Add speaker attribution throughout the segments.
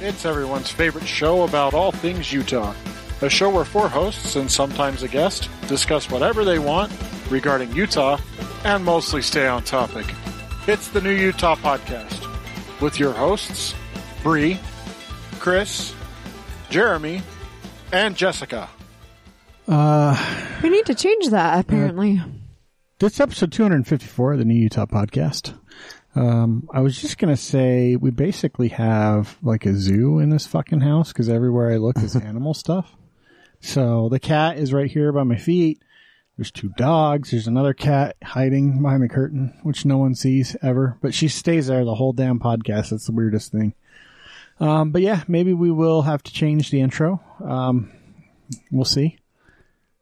Speaker 1: It's everyone's favorite show about all things Utah. A show where four hosts and sometimes a guest discuss whatever they want regarding Utah and mostly stay on topic. It's the New Utah Podcast with your hosts, Bree, Chris, Jeremy, and Jessica.
Speaker 2: We need to change that, apparently.
Speaker 3: This episode 254 of the New Utah Podcast. Um, I was just gonna say we basically have like a zoo in this fucking house because everywhere I look is animal stuff. So the cat is right here by my feet. There's two dogs. There's another cat hiding behind the curtain, which no one sees ever, but she stays there the whole damn podcast. That's the weirdest thing. Um, but yeah, maybe we will have to change the intro. Um, we'll see.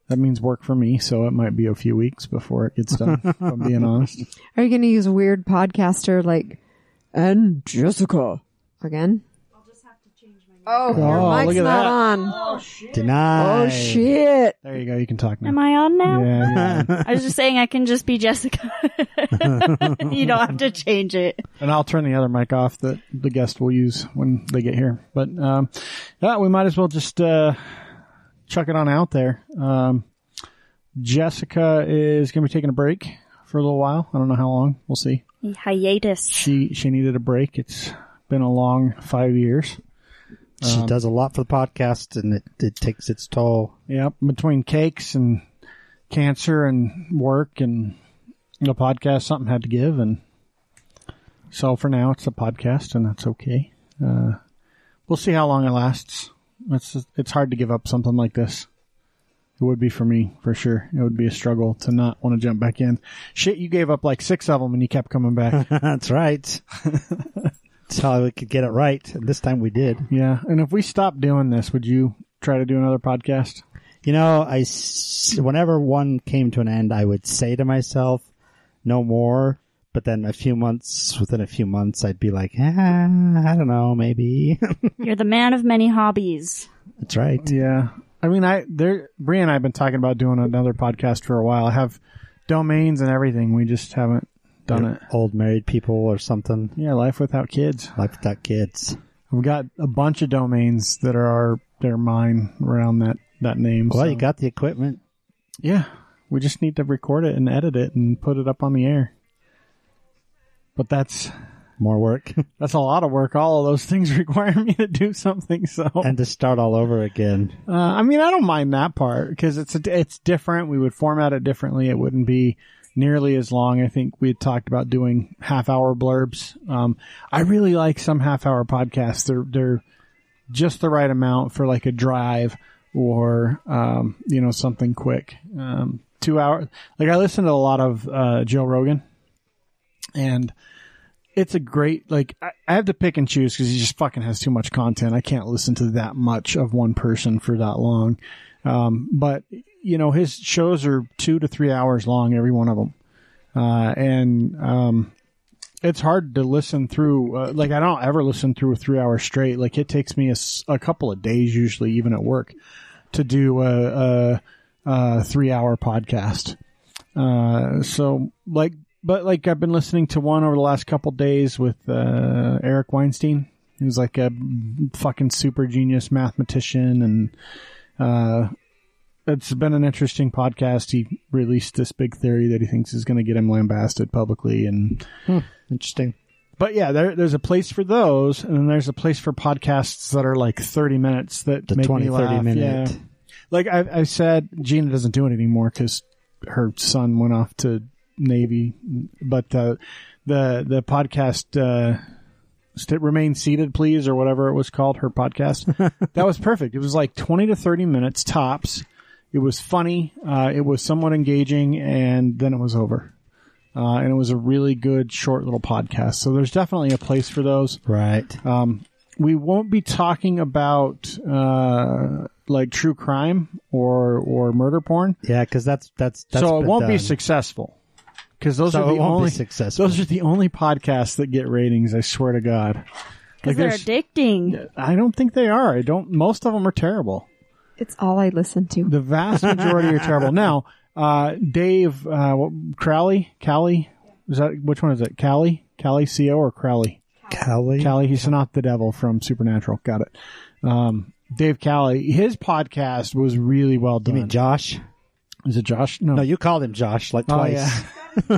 Speaker 3: That means work for me, so it might be a few weeks before it gets done. if I'm being honest.
Speaker 2: Are you going to use a weird podcaster like, and Jessica again? I'll just have to change my
Speaker 3: Oh,
Speaker 2: Oh, your
Speaker 3: look
Speaker 2: mic's
Speaker 3: at
Speaker 2: not
Speaker 3: that.
Speaker 2: on.
Speaker 4: Deny.
Speaker 2: Oh, shit.
Speaker 3: There you go. You can talk now.
Speaker 5: Am I on now?
Speaker 3: Yeah, yeah.
Speaker 5: I was just saying I can just be Jessica. you don't have to change it.
Speaker 3: and I'll turn the other mic off that the guest will use when they get here. But um, yeah, we might as well just uh, chuck it on out there. Um, Jessica is going to be taking a break for a little while. I don't know how long. We'll see.
Speaker 5: Hiatus.
Speaker 3: She she needed a break. It's been a long five years.
Speaker 4: She
Speaker 3: Um,
Speaker 4: does a lot for the podcast, and it, it takes its toll.
Speaker 3: Yeah, between cakes and cancer and work and the podcast, something had to give, and so for now it's a podcast, and that's okay. Uh, we'll see how long it lasts. It's it's hard to give up something like this. It would be for me for sure. It would be a struggle to not want to jump back in. Shit, you gave up like six of them, and you kept coming back.
Speaker 4: That's right. That's how we could get it right. And this time we did.
Speaker 3: yeah, and if we stopped doing this, would you try to do another podcast?
Speaker 4: You know, I s- whenever one came to an end, I would say to myself, "No more." But then a few months, within a few months, I'd be like, ah, "I don't know, maybe."
Speaker 5: You're the man of many hobbies.
Speaker 4: That's right.
Speaker 3: Yeah. I mean, I there Bree and I have been talking about doing another podcast for a while. I have domains and everything. We just haven't done it.
Speaker 4: Old married people or something.
Speaker 3: Yeah, life without kids.
Speaker 4: Life without kids.
Speaker 3: We've got a bunch of domains that are our they're mine around that that name.
Speaker 4: Well,
Speaker 3: so-
Speaker 4: you got the equipment.
Speaker 3: yeah. We just need to record it and edit it and put it up on the air. But that's
Speaker 4: More work.
Speaker 3: that's a lot of work. All of those things require me to do something. So
Speaker 4: and to start all over again.
Speaker 3: Uh, I mean, I don't mind that part because it's a, it's different. We would format it differently. It wouldn't be nearly as long. I think we had talked about doing half hour blurbs. Um, I really like some half hour podcasts. They're they're just the right amount for like a drive or um, you know something quick. Um, two hour. Like I listen to a lot of uh, Joe Rogan, and it's a great like I, I have to pick and choose because he just fucking has too much content. I can't listen to that much of one person for that long. Um, but you know his shows are two to three hours long, every one of them, uh, and um, it's hard to listen through. Uh, like I don't ever listen through a three hour straight. Like it takes me a, s- a couple of days usually, even at work, to do a, a, a three hour podcast. Uh, so like, but like I've been listening to one over the last couple days with uh, Eric Weinstein, who's like a fucking super genius mathematician, and uh, it's been an interesting podcast. He released this big theory that he thinks is going to get him lambasted publicly, and
Speaker 4: Interesting.
Speaker 3: but yeah, there, there's a place for those, and then there's a place for podcasts that are like 30 minutes that
Speaker 4: The
Speaker 3: make
Speaker 4: 20,
Speaker 3: me laugh.
Speaker 4: 30 minute.
Speaker 3: Yeah. Like I, I said, Gina doesn't do it anymore because her son went off to Navy. But uh, the the podcast uh, st- remain seated, please, or whatever it was called, her podcast. that was perfect. It was like 20 to 30 minutes tops. It was funny. Uh, it was somewhat engaging, and then it was over. Uh, and it was a really good short little podcast. So there's definitely a place for those
Speaker 4: Right.
Speaker 3: we won't be talking about uh, like true crime or or murder porn,
Speaker 4: yeah, because that's that's that's
Speaker 3: so it
Speaker 4: been
Speaker 3: won't be
Speaker 4: done.
Speaker 3: successful. Because those
Speaker 4: So
Speaker 3: are
Speaker 4: it
Speaker 3: the
Speaker 4: won't be
Speaker 3: only
Speaker 4: successful.
Speaker 3: those are the only podcasts that get ratings. I swear to God,
Speaker 5: Because they're
Speaker 3: there's-
Speaker 5: addicting.
Speaker 3: I don't think they are. I don't. Most of them are terrible.
Speaker 2: It's all I listen to.
Speaker 3: The vast majority are terrible. Now, uh, Dave uh, what- Crowley, Callie, is that which one is it? Callie, Callie, Co or Crowley?
Speaker 4: Kelly.
Speaker 3: Callie, he's not the devil from Supernatural. Got it. Um, Dave Callie, his podcast was really well
Speaker 4: you
Speaker 3: done.
Speaker 4: mean Josh?
Speaker 3: Is it Josh? No.
Speaker 4: No, you called him Josh like
Speaker 3: Oh,
Speaker 4: twice.
Speaker 3: yeah.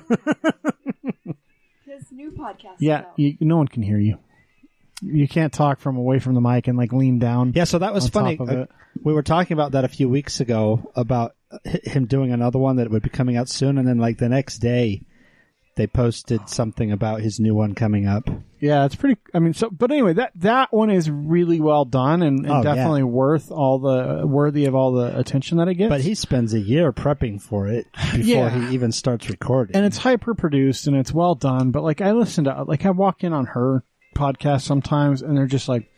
Speaker 2: His new podcast.
Speaker 3: yeah, you, no one can hear you. You can't talk from away from the mic and like lean down.
Speaker 4: Yeah, so that was
Speaker 3: On
Speaker 4: funny.
Speaker 3: top of
Speaker 4: Uh,
Speaker 3: it.
Speaker 4: we were talking about that a few weeks ago about h- him doing another one that would be coming out soon, and then like the next day, they posted something about his new one coming up.
Speaker 3: Yeah, it's pretty. I mean, so but anyway, that that one is really well done and, and
Speaker 4: Oh, yeah.
Speaker 3: definitely worth all the worthy of all the attention that it gets.
Speaker 4: But he spends a year prepping for it before
Speaker 3: Yeah.
Speaker 4: he even starts recording.
Speaker 3: and it's hyper produced and it's well done. But like I listen to like I walk in on her podcast sometimes and they're just like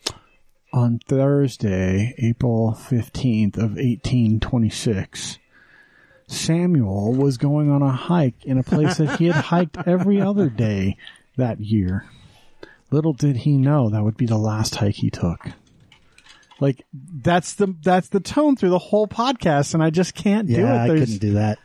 Speaker 3: on Thursday, April fifteenth of eighteen twenty six. Samuel was going on a hike in a place that he had hiked every other day that year. Little did he know that would be the last hike he took. Like that's the that's the tone through the whole podcast, and I just can't do it.
Speaker 4: yeah, I
Speaker 3: There's-
Speaker 4: couldn't do that.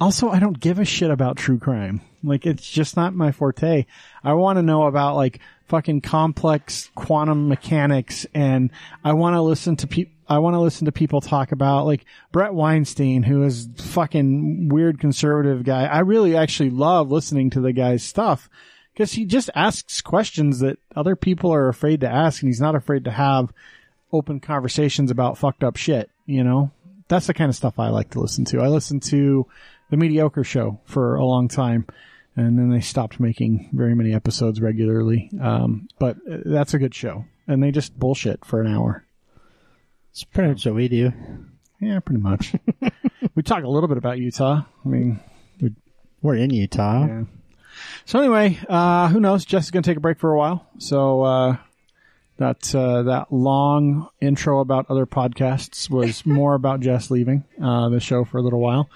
Speaker 3: also, I don't give a shit about true crime. Like, it's just not my forte. I want to know about like fucking complex quantum mechanics, and I want to listen to people. I want to listen to people talk about like Brett Weinstein, who is fucking weird conservative guy. I really actually love listening to the guy's stuff because he just asks questions that other people are afraid to ask, and he's not afraid to have open conversations about fucked up shit. You know, that's the kind of stuff I like to listen to. I listened to the mediocre show for a long time, and then they stopped making very many episodes regularly. Um, but uh, that's a good show, and they just bullshit for an hour.
Speaker 4: It's pretty much what we do.
Speaker 3: Yeah, pretty much. we talk a little bit about Utah. I mean,
Speaker 4: We're in Utah.
Speaker 3: Yeah. so anyway, uh, who knows? Jess going to take a break for a while, so. Uh, that uh, that long intro about other podcasts was more about Jess leaving uh, the show for a little while.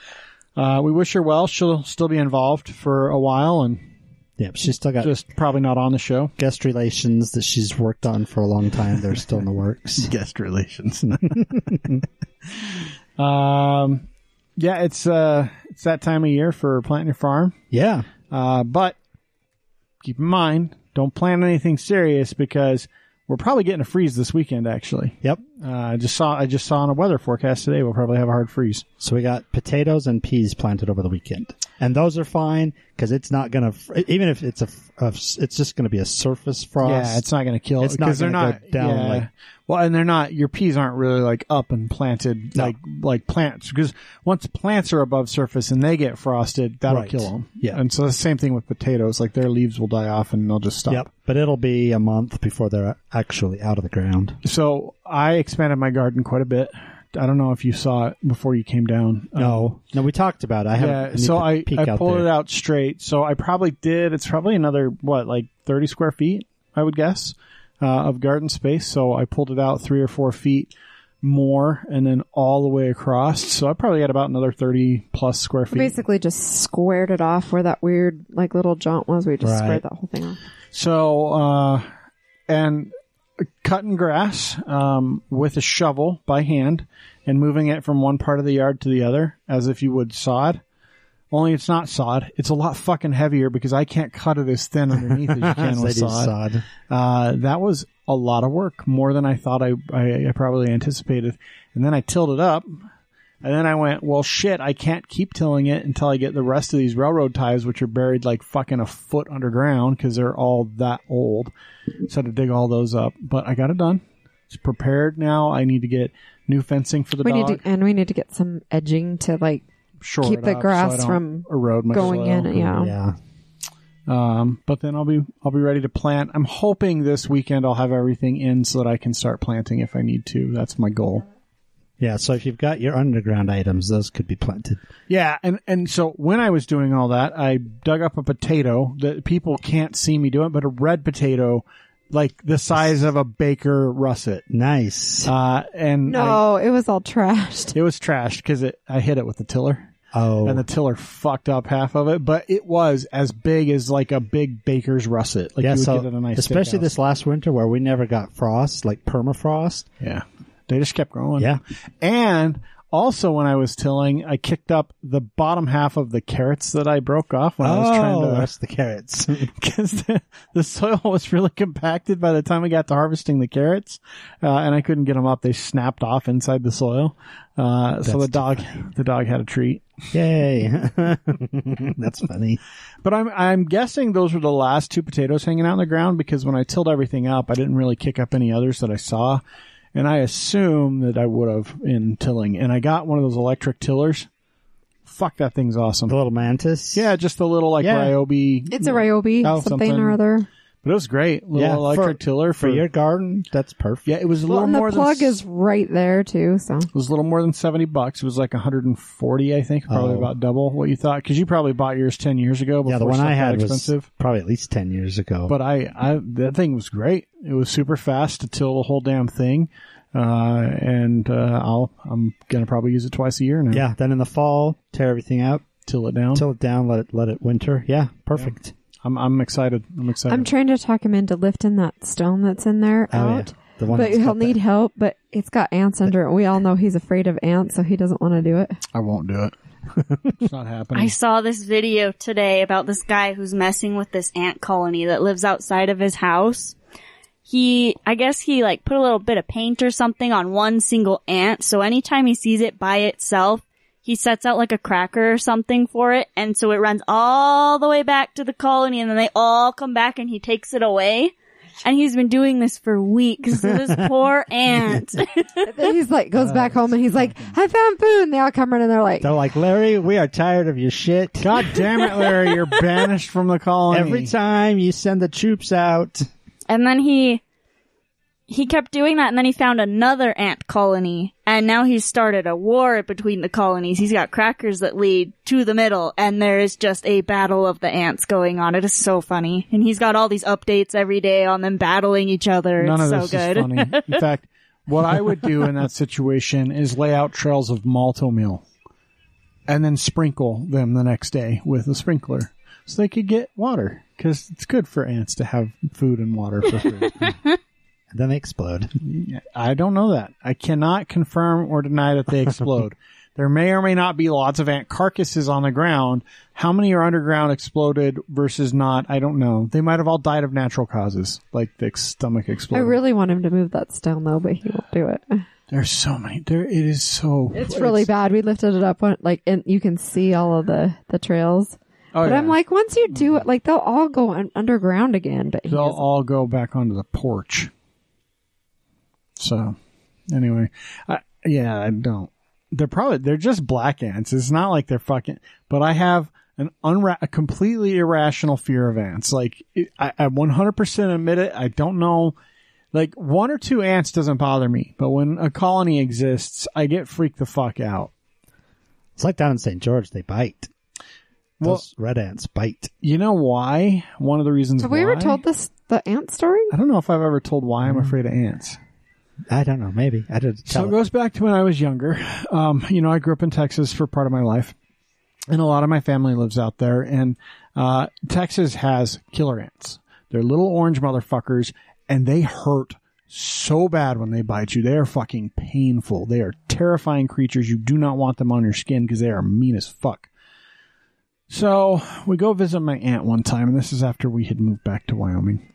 Speaker 3: Uh, we wish her well. She'll still be involved for a while, and
Speaker 4: Yep, she's still got
Speaker 3: just probably not on the show.
Speaker 4: guest relations that she's worked on for a long time. They're still in the works.
Speaker 3: Guest relations. um, yeah, it's uh, it's that time of year for planting your farm.
Speaker 4: Yeah.
Speaker 3: Uh, but keep in mind, don't plan anything serious because we're probably getting a freeze this weekend. Actually,
Speaker 4: Yep.
Speaker 3: uh, I just saw I just saw on a weather forecast today we'll probably have a hard freeze.
Speaker 4: So we got potatoes and peas planted over the weekend, and those are fine because it's not gonna. Even if it's a, a- it's just gonna be a surface frost.
Speaker 3: Yeah, it's not going to kill.
Speaker 4: It's not
Speaker 3: 'cause they're
Speaker 4: gonna
Speaker 3: not
Speaker 4: go down,
Speaker 3: yeah.
Speaker 4: like-
Speaker 3: well, and they're not. Your peas aren't really like up and planted
Speaker 4: No.
Speaker 3: like like plants because once plants are above surface and they get frosted, that'll
Speaker 4: Right.
Speaker 3: kill them.
Speaker 4: Yeah.
Speaker 3: and so the same thing with potatoes. Like their leaves will die off and they'll just stop.
Speaker 4: Yep, but it'll be a month before they're actually out of the ground.
Speaker 3: So I expanded my garden quite a bit. I don't know if you saw it before you came down. Um,
Speaker 4: No, no, we talked about. It. I
Speaker 3: yeah,
Speaker 4: have.
Speaker 3: so I,
Speaker 4: peek
Speaker 3: I
Speaker 4: out
Speaker 3: pulled
Speaker 4: there.
Speaker 3: it out straight. So I probably did. It's probably another what, like thirty square feet, I would guess, uh, of garden space. So I pulled it out three or four feet more, and then all the way across. So I probably had about another thirty plus square feet.
Speaker 2: Basically, just squared it off where that weird, like, little jaunt was. We just
Speaker 4: Right.
Speaker 2: squared that whole thing off.
Speaker 3: So, uh, and cutting grass um, with a shovel by hand and moving it from one part of the yard to the other as if you would sod. Only it's not sod. It's a lot fucking heavier because I can't cut it as thin underneath as you can
Speaker 4: As they
Speaker 3: with
Speaker 4: do
Speaker 3: sod.
Speaker 4: sod.
Speaker 3: Uh, that was a lot of work, more than I thought I, I, I probably anticipated. And then I tilled it up, and then I went, well, shit, I can't keep tilling it until I get the rest of these railroad ties, which are buried like fucking a foot underground because they're all that old. So I had to dig all those up, but I got it done. It's prepared now. I need to get new fencing for the
Speaker 2: We
Speaker 3: dog.
Speaker 2: need to, and we need to get some edging to like
Speaker 3: shore
Speaker 2: keep
Speaker 3: it
Speaker 2: the
Speaker 3: up so I
Speaker 2: grass
Speaker 3: don't
Speaker 2: from
Speaker 3: erode my
Speaker 2: going
Speaker 3: soil.
Speaker 2: in. Yeah.
Speaker 4: Yeah,
Speaker 3: Um, but then I'll be I'll be ready to plant. I'm hoping this weekend I'll have everything in so that I can start planting if I need to. That's my goal.
Speaker 4: yeah. So if you've got your underground items, those could be planted.
Speaker 3: Yeah, and and so when I was doing all that, I dug up a potato that people can't see me doing, but a red potato, like the size of a baker russet.
Speaker 4: Nice.
Speaker 3: Uh, and I-
Speaker 2: No, it was all trashed.
Speaker 3: it was trashed because it I hit it with the tiller.
Speaker 4: oh,
Speaker 3: and the tiller fucked up half of it, but it was as big as like a big baker's russet. Like
Speaker 4: yeah.
Speaker 3: you would
Speaker 4: So
Speaker 3: get at a nice
Speaker 4: especially
Speaker 3: steakhouse.
Speaker 4: this last winter where we never got frost, like permafrost.
Speaker 3: Um, Yeah. They just kept growing.
Speaker 4: Yeah.
Speaker 3: And Also, when I was tilling, I kicked up the bottom half of the carrots that I broke off when I was trying to
Speaker 4: that's the carrots.
Speaker 3: because the, the soil was really compacted by the time we got to harvesting the carrots, uh, and I couldn't get them up. They snapped off inside the soil. Uh, so the
Speaker 4: That's
Speaker 3: dog, the dog had a treat.
Speaker 4: Yay! that's funny.
Speaker 3: But I'm I'm guessing those were the last two potatoes hanging out in the ground because when I tilled everything up, I didn't really kick up any others that I saw, and I assume that I would have in tilling. And I got one of those electric tillers. Fuck that thing's awesome.
Speaker 4: The little mantis.
Speaker 3: Yeah, just a little like
Speaker 4: Yeah.
Speaker 3: Ryobi.
Speaker 2: It's a Ryobi,
Speaker 3: Oh,
Speaker 2: something,
Speaker 3: something.
Speaker 2: or other.
Speaker 3: But it was great. Little
Speaker 4: Yeah,
Speaker 3: electric
Speaker 4: for-
Speaker 3: tiller
Speaker 4: For your garden, that's perfect.
Speaker 3: Yeah, it was a
Speaker 2: Well,
Speaker 3: little
Speaker 2: and the
Speaker 3: more
Speaker 2: plug
Speaker 3: than,
Speaker 2: is right there too. So
Speaker 3: it was a little more than 70 bucks. It was like 140, I think, probably
Speaker 4: Oh.
Speaker 3: about double what you thought cuz you probably bought yours 10 years ago before
Speaker 4: Yeah, the one
Speaker 3: stuff
Speaker 4: I
Speaker 3: got
Speaker 4: had
Speaker 3: expensive.
Speaker 4: was probably at least ten years ago.
Speaker 3: But I, I that thing was great. It was super fast to till the whole damn thing. Uh, and uh, I'll I'm going to probably use it twice a year now.
Speaker 4: yeah, then in the fall, tear everything out,
Speaker 3: Till it down.
Speaker 4: till it down, let it let it winter. Yeah, perfect.
Speaker 3: I'm I'm excited. I'm excited.
Speaker 2: I'm trying to talk him into lifting that stone that's in there
Speaker 4: Oh
Speaker 2: out.
Speaker 4: yeah, the one.
Speaker 2: But
Speaker 4: that's
Speaker 2: he'll
Speaker 4: got that-
Speaker 2: need help, but it's got ants under it. We all know he's afraid of ants, so he doesn't want to do it.
Speaker 3: I won't do it. it's not happening.
Speaker 5: I saw this video today about this guy who's messing with this ant colony that lives outside of his house. He, I guess he like put a little bit of paint or something on one single ant, so anytime he sees it by itself, he sets out like a cracker or something for it, and so it runs all the way back to the colony, and then they all come back and he takes it away. And he's been doing this for weeks to this poor ant.
Speaker 2: Then he's like, goes
Speaker 4: Uh,
Speaker 2: back home and he's like, I found food. And they all come running and they're like,
Speaker 4: They're like, Larry, we are tired of your shit.
Speaker 3: God damn it, Larry, you're banished from the colony.
Speaker 4: Every time you send the troops out,
Speaker 5: And then he he kept doing that and then he found another ant colony and now he's started a war between the colonies. He's got crackers that lead to the middle and there is just a battle of the ants going on. It is so funny. And he's got all these updates every day on them battling each other.
Speaker 3: None of
Speaker 5: it's so
Speaker 3: this
Speaker 5: good.
Speaker 3: is funny. In fact, what I would do in that situation is lay out trails of malto meal and then sprinkle them the next day with a sprinkler so they could get water because it's good for ants to have food and water for free.
Speaker 4: then they explode.
Speaker 3: I don't know that. I cannot confirm or deny that they explode. there may or may not be lots of ant carcasses on the ground. How many are underground exploded versus not? I don't know. They might have all died of natural causes, like the stomach
Speaker 2: I
Speaker 3: exploding.
Speaker 2: really want him to move that stone though, but he won't do it.
Speaker 3: There's so many. There, it is so.
Speaker 2: It's really bad. We lifted it up, when, like, and you can see all of the, the trails.
Speaker 3: Oh,
Speaker 2: but
Speaker 3: yeah.
Speaker 2: I'm like, once you
Speaker 4: Mm.
Speaker 2: do it, like, they'll all go un- underground again. But he
Speaker 3: they'll
Speaker 2: doesn't.
Speaker 3: all go back onto the porch. So, anyway, I, yeah, I don't. They're probably they're just black ants. It's not like they're fucking. But I have an unra- a completely irrational fear of ants. Like it, I, I 100% admit it. I don't know. Like one or two ants doesn't bother me, but when a colony exists, I get freaked the fuck out.
Speaker 4: It's like down in St. George, they bite.
Speaker 3: Well-
Speaker 4: Those red ants bite.
Speaker 3: You know why? One of the reasons
Speaker 2: Have we
Speaker 3: why?
Speaker 2: ever told Hmm. this, the ant story?
Speaker 3: I don't know if I've ever told why I'm afraid of ants.
Speaker 4: I don't know. Maybe I did
Speaker 3: So
Speaker 4: tell.
Speaker 3: it
Speaker 4: it.
Speaker 3: goes back to when I was younger. Um, you know, I grew up in Texas for part of my life, and a lot of my family lives out there. And uh, Texas has killer ants. They're little orange motherfuckers, and they hurt so bad when they bite you. They are fucking painful. They are terrifying creatures. You do not want them on your skin because they are mean as fuck. So we go visit my aunt one time, and this is after we had moved back to Wyoming.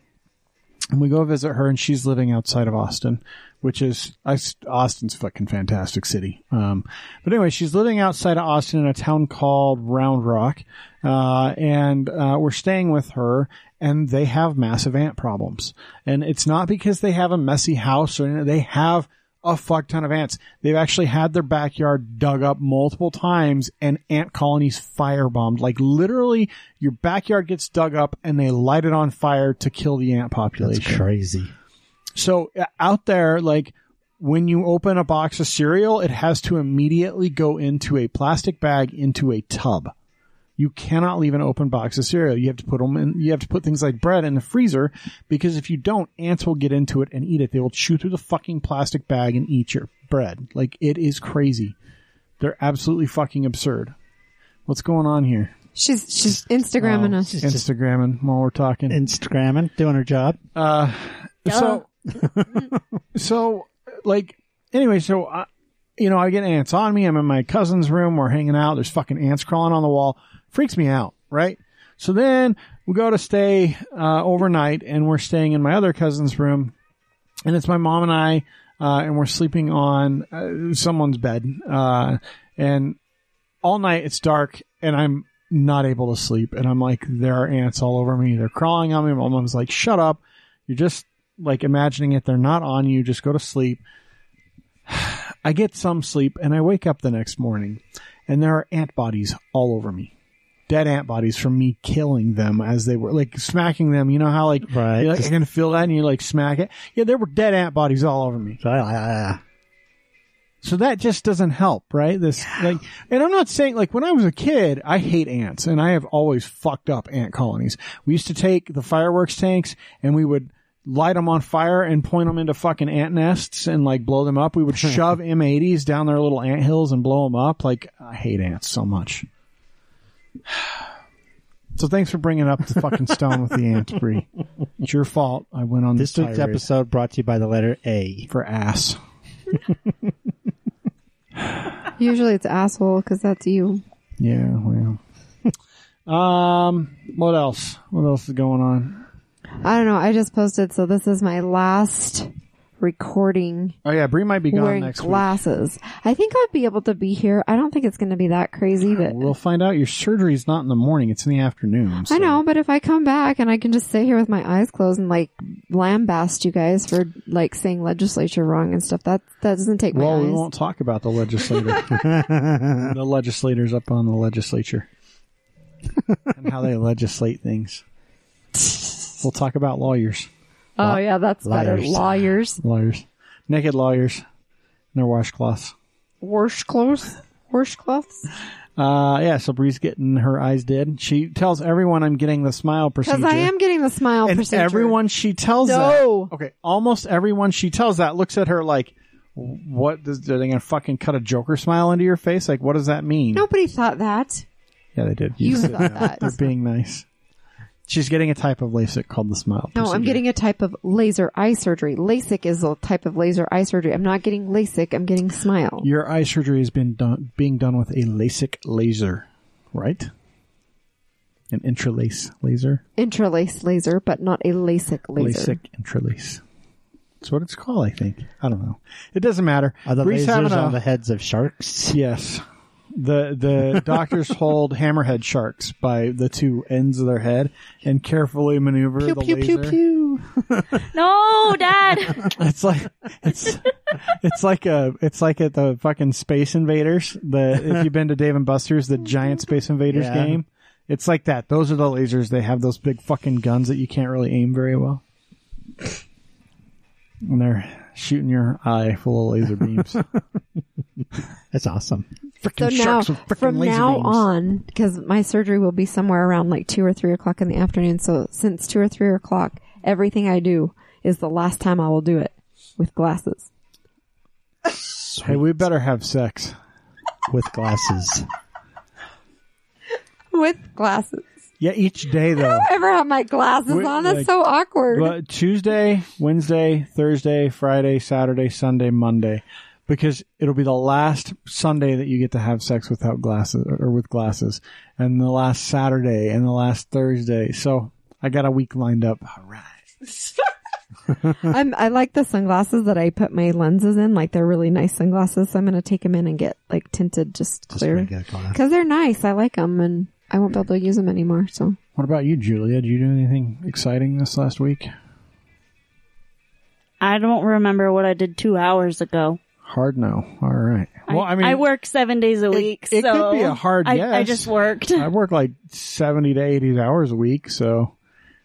Speaker 3: And we go visit her, and she's living outside of Austin, which is I, Austin's a fucking fantastic city. Um, but anyway, she's living outside of Austin in a town called Round Rock, uh, and uh, we're staying with her. And they have massive ant problems, and it's not because they have a messy house or anything. they have a fuck ton of ants. They've actually had their backyard dug up multiple times and ant colonies firebombed. Like literally, your backyard gets dug up and they light it on fire to kill the ant
Speaker 4: That's
Speaker 3: population.
Speaker 4: crazy.
Speaker 3: So uh, out there, like when you open a box of cereal, it has to immediately go into a plastic bag into a tub. You cannot leave an open box of cereal. You have to put them in, you have to put things like bread in the freezer because if you don't, ants will get into it and eat it. They will chew through the fucking plastic bag and eat your bread. Like it is crazy. They're absolutely fucking absurd. What's going on here?
Speaker 2: She's, she's Instagramming us.
Speaker 4: She's just
Speaker 3: Instagramming while we're talking.
Speaker 4: Instagramming, doing her job.
Speaker 3: So, so like anyway, so I, you know, I get ants on me. I'm in my cousin's room. We're hanging out. There's fucking ants crawling on the wall. Freaks me out, right? So then we go to stay uh, overnight, and we're staying in my other cousin's room, and it's my mom and I, uh, and we're sleeping on uh, someone's bed, uh, and all night it's dark, and I'm not able to sleep, and I'm like, there are ants all over me. They're crawling on me. My mom's like, shut up. You're just like imagining it. They're not on you. Just go to sleep. I get some sleep and I wake up the next morning and there are ant bodies all over me. Dead ant bodies from me killing them as they were like smacking them. You know how like,
Speaker 4: Right.
Speaker 3: you're like,
Speaker 4: Just-
Speaker 3: I can feel that and you like smack it. Yeah, there were dead ant bodies all over me.
Speaker 4: uh,
Speaker 3: So that just doesn't help, right? This like, and I'm not saying like when I was a kid, I hate ants and I have always fucked up ant colonies. We used to take the fireworks tanks and we would light them on fire and point them into fucking ant nests and like blow them up. We would shove M80s down their little ant hills and blow them up. Like I hate ants so much. So thanks for bringing up the fucking stone with the ant Bree. It's your fault. I went on
Speaker 4: This
Speaker 3: this
Speaker 4: week's
Speaker 3: tirade
Speaker 4: episode brought to you by the letter A.
Speaker 3: for ass.
Speaker 2: Usually it's asshole because that's you.
Speaker 3: Yeah, well. um, what else? What else is going on?
Speaker 2: I don't know. I just posted, so this is my last recording
Speaker 3: Oh yeah, Bree might be gone
Speaker 2: wearing
Speaker 3: next
Speaker 2: glasses. I think I'll be able to be here. I don't think it's going to be that crazy, but
Speaker 3: week. We'll find out. Your surgery's not in the morning; it's in the afternoon. so-
Speaker 2: I know. But if I come back and I can just sit here with my eyes closed and like lambaste you guys for like saying legislature wrong and stuff, that that doesn't take my
Speaker 3: Well, we
Speaker 2: eyes.
Speaker 3: won't talk about the legislator. the legislators up on the legislature and how they legislate things. We'll talk about lawyers,
Speaker 2: oh yeah, that's better.
Speaker 4: liars.
Speaker 2: Lawyers,
Speaker 3: lawyers, naked lawyers, and their washcloths.
Speaker 2: washcloths, washcloths.
Speaker 3: Uh, yeah. So Bree's getting her eyes did. She tells everyone, "I'm getting the smile procedure."
Speaker 2: Because I am getting the smile
Speaker 3: and
Speaker 2: procedure.
Speaker 3: everyone she tells
Speaker 2: No.
Speaker 3: that okay almost everyone she tells that looks at her like what does, are they gonna fucking cut a joker smile into your face like what does that mean
Speaker 2: Nobody thought that.
Speaker 3: yeah they did
Speaker 2: You thought that.
Speaker 3: they're being nice she's getting a type of lasik called the smile
Speaker 2: No, I'm
Speaker 3: procedure.
Speaker 2: getting a type of laser eye surgery. LASIK is a type of laser eye surgery. I'm not getting LASIK. I'm getting smile.
Speaker 3: your eye surgery has been done being done with a lasik laser right an intralace laser
Speaker 2: Intralace laser, but not a LASIK laser.
Speaker 3: lasik intralace that's what it's called i think i don't know it doesn't matter
Speaker 4: Are the
Speaker 3: Bree's having
Speaker 4: lasers
Speaker 3: a-
Speaker 4: on the heads of sharks?
Speaker 3: Yes. The the doctors hold hammerhead sharks by the two ends of their head and carefully maneuver
Speaker 2: Pew
Speaker 3: the
Speaker 2: pew
Speaker 3: laser.
Speaker 2: pew pew.
Speaker 5: No, Dad.
Speaker 3: It's like it's it's like a it's like at the fucking Space Invaders. The if you've been to Dave and Buster's, the giant Space Invaders
Speaker 4: Yeah.
Speaker 3: game. It's like that. Those are the lasers. They have those big fucking guns that you can't really aim very well. And they're shooting your eye full of laser beams.
Speaker 4: That's awesome.
Speaker 2: So
Speaker 3: Frickin'
Speaker 2: now,
Speaker 3: sharks with frickin'
Speaker 2: from
Speaker 3: laser
Speaker 2: now
Speaker 3: beams.
Speaker 2: on, because my surgery will be somewhere around like two or three o'clock in the afternoon. So since two or three o'clock, everything I do is the last time I will do it with glasses.
Speaker 3: Hey, we better have sex.
Speaker 4: With glasses.
Speaker 2: With glasses.
Speaker 3: Yeah, each day though.
Speaker 2: Ever have my glasses
Speaker 3: With,
Speaker 2: on? That's
Speaker 3: like,
Speaker 2: so awkward.
Speaker 3: But Tuesday, Wednesday, Thursday, Friday, Saturday, Sunday, Monday, because it'll be the last Sunday that you get to have sex without glasses or with glasses, and the last Saturday and the last Thursday. So I got a week lined up. All right.
Speaker 2: I'm, I like the sunglasses that I put my lenses in. Like they're really nice sunglasses. So I'm going to take them in and get like tinted just clear.
Speaker 4: Regular glass.
Speaker 2: Cause they're nice. I like them and I won't be able to use them anymore. So
Speaker 3: What about you, Julia? Did you do anything exciting this last week?
Speaker 5: I don't remember what I did two hours ago.
Speaker 3: Hard no. All right. Well, I mean,
Speaker 5: I work seven days a week.
Speaker 3: it could
Speaker 5: so
Speaker 3: be a hard
Speaker 5: I, I
Speaker 3: yes.
Speaker 5: just worked.
Speaker 3: I work like 70 to 80 hours a week, so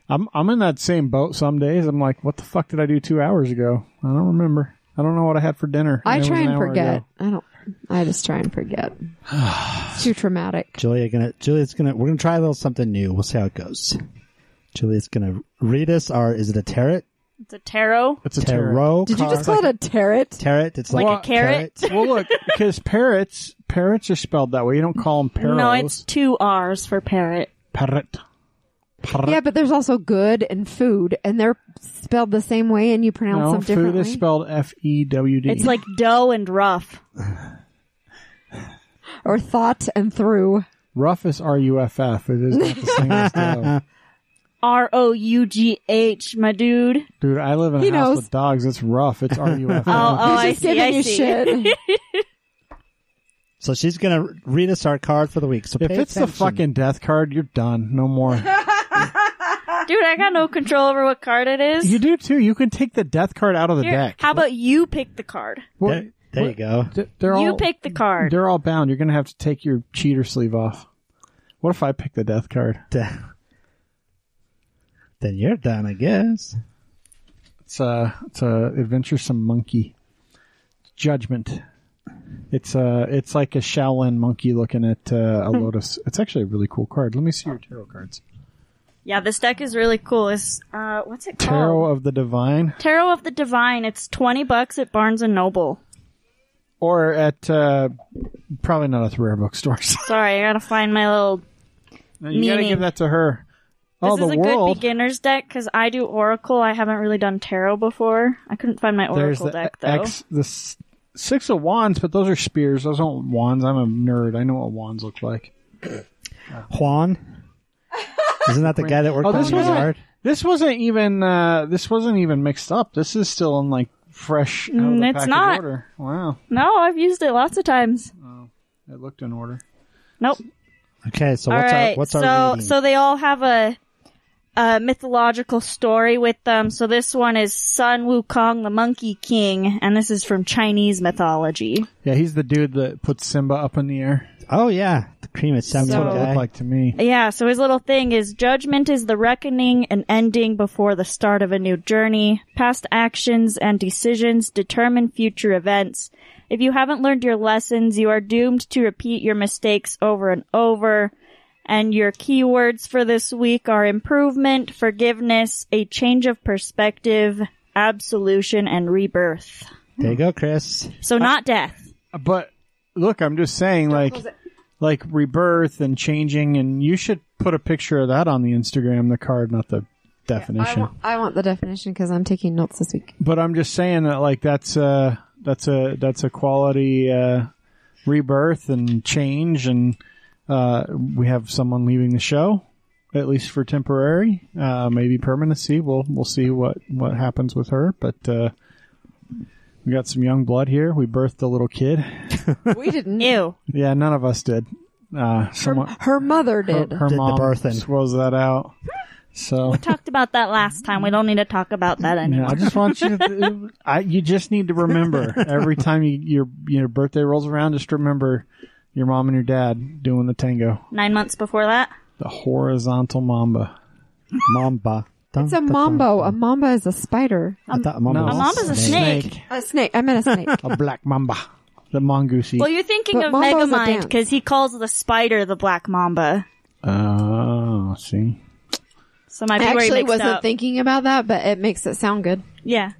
Speaker 3: I'm I'm in that same boat some days. I'm like, what the fuck did I do 2 hours ago? I don't remember. I don't know what I had for dinner.
Speaker 2: I
Speaker 3: it was
Speaker 2: try
Speaker 3: an
Speaker 2: and
Speaker 3: hour
Speaker 2: forget.
Speaker 3: ago.
Speaker 2: I don't, I just try and forget. it's too traumatic.
Speaker 4: Julia gonna Julia's gonna we're gonna try a little something new. We'll see how it goes. Julia's gonna read us our is it a tarot?
Speaker 5: It's a tarot.
Speaker 3: It's a tarot.
Speaker 4: Tarot
Speaker 2: Did you
Speaker 4: card.
Speaker 2: just call it a tarot?
Speaker 4: tarot? It's like,
Speaker 5: Like a carrot?
Speaker 3: well, look, cuz parrots parrots are spelled that way. You don't call them parrots.
Speaker 5: No, it's two R's for parrot.
Speaker 3: parrot.
Speaker 2: Yeah, but there's also good and food, and they're spelled the same way, and you pronounce
Speaker 3: No,
Speaker 2: them
Speaker 3: food
Speaker 2: differently.
Speaker 3: is spelled F E W D.
Speaker 5: It's like dough and rough.
Speaker 2: or thought and through.
Speaker 3: rough is R U F F. It is not the same as dough.
Speaker 5: R O U G H, my dude.
Speaker 3: Dude, I live in a
Speaker 2: He
Speaker 3: house
Speaker 2: knows.
Speaker 3: with dogs. It's rough. It's R U F
Speaker 5: Oh,
Speaker 3: F.
Speaker 5: oh,
Speaker 2: He's
Speaker 5: I
Speaker 2: just
Speaker 5: see.
Speaker 2: giving
Speaker 5: I
Speaker 2: you
Speaker 5: see.
Speaker 2: shit.
Speaker 4: So she's gonna read us our card for the week. So
Speaker 3: If
Speaker 4: pay
Speaker 3: it's the
Speaker 4: attention.
Speaker 3: fucking death card, you're done. No more.
Speaker 5: Dude, I got no control over what card it is.
Speaker 3: you do too. You can take the death card out of the
Speaker 5: Here,
Speaker 3: deck.
Speaker 5: How about you pick the card?
Speaker 3: What-
Speaker 4: there, there you
Speaker 3: what-
Speaker 4: go.
Speaker 3: th- They're
Speaker 5: you
Speaker 3: all
Speaker 5: pick the card.
Speaker 3: they're all bound. You're gonna have to take your cheater sleeve off. What if I pick the death card?
Speaker 4: Then you're done, I guess.
Speaker 3: It's a it's a adventuresome monkey. Judgment. It's a it's like a Shaolin monkey looking at uh, a lotus. It's actually a really cool card. Let me see your tarot cards.
Speaker 5: Yeah, this deck is really cool. It's uh, what's it called?
Speaker 3: Tarot of the Divine,
Speaker 5: Tarot of the Divine. It's twenty bucks at Barnes and Noble.
Speaker 3: or at uh, probably not at the rare bookstores.
Speaker 5: Sorry, I gotta find my little.
Speaker 3: you gotta
Speaker 5: Meaning.
Speaker 3: give that to her. Oh,
Speaker 5: this is
Speaker 3: the
Speaker 5: a good
Speaker 3: world.
Speaker 5: beginner's deck because I do Oracle. I haven't really done Tarot before. I couldn't find my
Speaker 3: There's
Speaker 5: Oracle
Speaker 3: the
Speaker 5: deck though.
Speaker 3: X, the s- six of wands, but those are spears. Those aren't wands. I'm a nerd. I know what wands look like.
Speaker 4: Juan? Isn't that the guy that worked
Speaker 3: Oh,
Speaker 4: on
Speaker 3: this
Speaker 4: your
Speaker 3: wasn't.
Speaker 4: yard?
Speaker 3: This wasn't even. Uh, this wasn't even mixed up. This is still in like fresh. Out of
Speaker 5: Mm,
Speaker 3: the
Speaker 5: it's
Speaker 3: package
Speaker 5: not.
Speaker 3: Order. Wow,
Speaker 5: no, I've used it lots of times.
Speaker 3: it looked in order.
Speaker 5: Nope.
Speaker 4: Okay, so
Speaker 5: All
Speaker 4: what's
Speaker 5: right.
Speaker 4: our what's
Speaker 5: so
Speaker 4: our reading?
Speaker 5: so they all have a, a mythological story with them. So this one is Sun Wukong, the Monkey King, and this is from Chinese mythology.
Speaker 3: Yeah, he's the dude that puts Simba up in the air.
Speaker 4: oh yeah, the cream is seven
Speaker 3: That's what it
Speaker 4: guy.
Speaker 3: looked like to me.
Speaker 5: Yeah, so his little thing is judgment is the reckoning and ending before the start of a new journey. Past actions and decisions determine future events. If you haven't learned your lessons, you are doomed to repeat your mistakes over and over. And your keywords for this week are improvement, forgiveness, a change of perspective, absolution, and rebirth.
Speaker 4: There you go, Chris.
Speaker 5: So not death.
Speaker 3: But look, I'm just saying, like, like rebirth and changing, and you should put a picture of that on the Instagram, the card, not the
Speaker 2: I
Speaker 3: definition.
Speaker 2: want, I want the definition because I'm taking notes this week.
Speaker 3: but I'm just saying that, like, that's a that's a that's a quality uh, rebirth and change, and uh, we have someone leaving the show. At least for temporary, uh, maybe permanency. We'll we'll see what what happens with her. But uh, we got some young blood here. We birthed a little kid.
Speaker 2: We didn't.
Speaker 5: Ew.
Speaker 3: Yeah, none of us did. Uh, someone,
Speaker 2: Her
Speaker 3: her,
Speaker 2: mother did.
Speaker 3: her
Speaker 4: Did the
Speaker 3: mom
Speaker 4: birthing.
Speaker 3: throws that out. So
Speaker 5: Talked about that last time. We don't need to talk about that anymore.
Speaker 3: yeah, I just want you to. I you just need to remember every time you, your your birthday rolls around, just remember your mom and your dad doing the tango,
Speaker 5: Nine months before that.
Speaker 3: the horizontal mamba.
Speaker 4: Mamba. Dun,
Speaker 2: it's a
Speaker 4: dun,
Speaker 2: mambo.
Speaker 4: dun,
Speaker 2: A mamba is a spider.
Speaker 4: dun. I thought mamba
Speaker 3: No.
Speaker 4: was
Speaker 5: A mamba's a snake.
Speaker 2: A snake. I meant a snake.
Speaker 3: a black mamba, the mongoosey.
Speaker 5: Well, you're thinking
Speaker 2: But
Speaker 5: of
Speaker 2: Mamba's a
Speaker 5: Megamind
Speaker 2: dance.
Speaker 5: because he calls the spider the Black Mamba.
Speaker 3: oh, see,
Speaker 5: So my
Speaker 2: I
Speaker 5: where he
Speaker 2: actually
Speaker 5: mixed
Speaker 2: wasn't
Speaker 5: up.
Speaker 2: thinking about that, but it makes it sound good.
Speaker 5: yeah.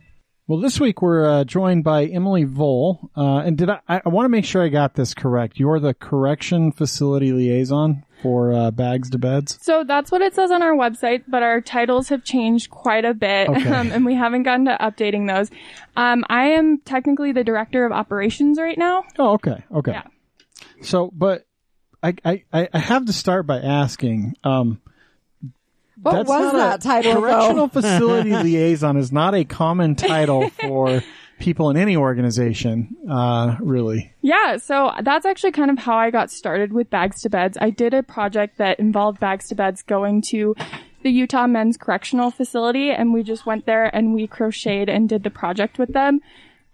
Speaker 3: Well, this week we're uh, joined by Emily Vole. Uh, and did I, I, I want to make sure I got this correct. You're the correction facility liaison for uh, bags to beds.
Speaker 6: So that's what it says on our website, but our titles have changed quite a bit,
Speaker 3: Okay.
Speaker 6: um, and we haven't gotten to updating those. Um, I am technically the director of operations right now.
Speaker 3: Oh, okay. Okay.
Speaker 6: Yeah.
Speaker 3: So, but I, I, I I have to start by asking, um,
Speaker 2: What
Speaker 3: that's
Speaker 2: was
Speaker 3: not a-
Speaker 2: that title
Speaker 3: Correctional
Speaker 2: though?
Speaker 3: facility liaison is not a common title for people in any organization, uh, really.
Speaker 6: Yeah, so that's actually kind of how I got started with Bags to Beds. I did a project that involved Bags to Beds going to the Utah Men's Correctional Facility, and we just went there and we crocheted and did the project with them.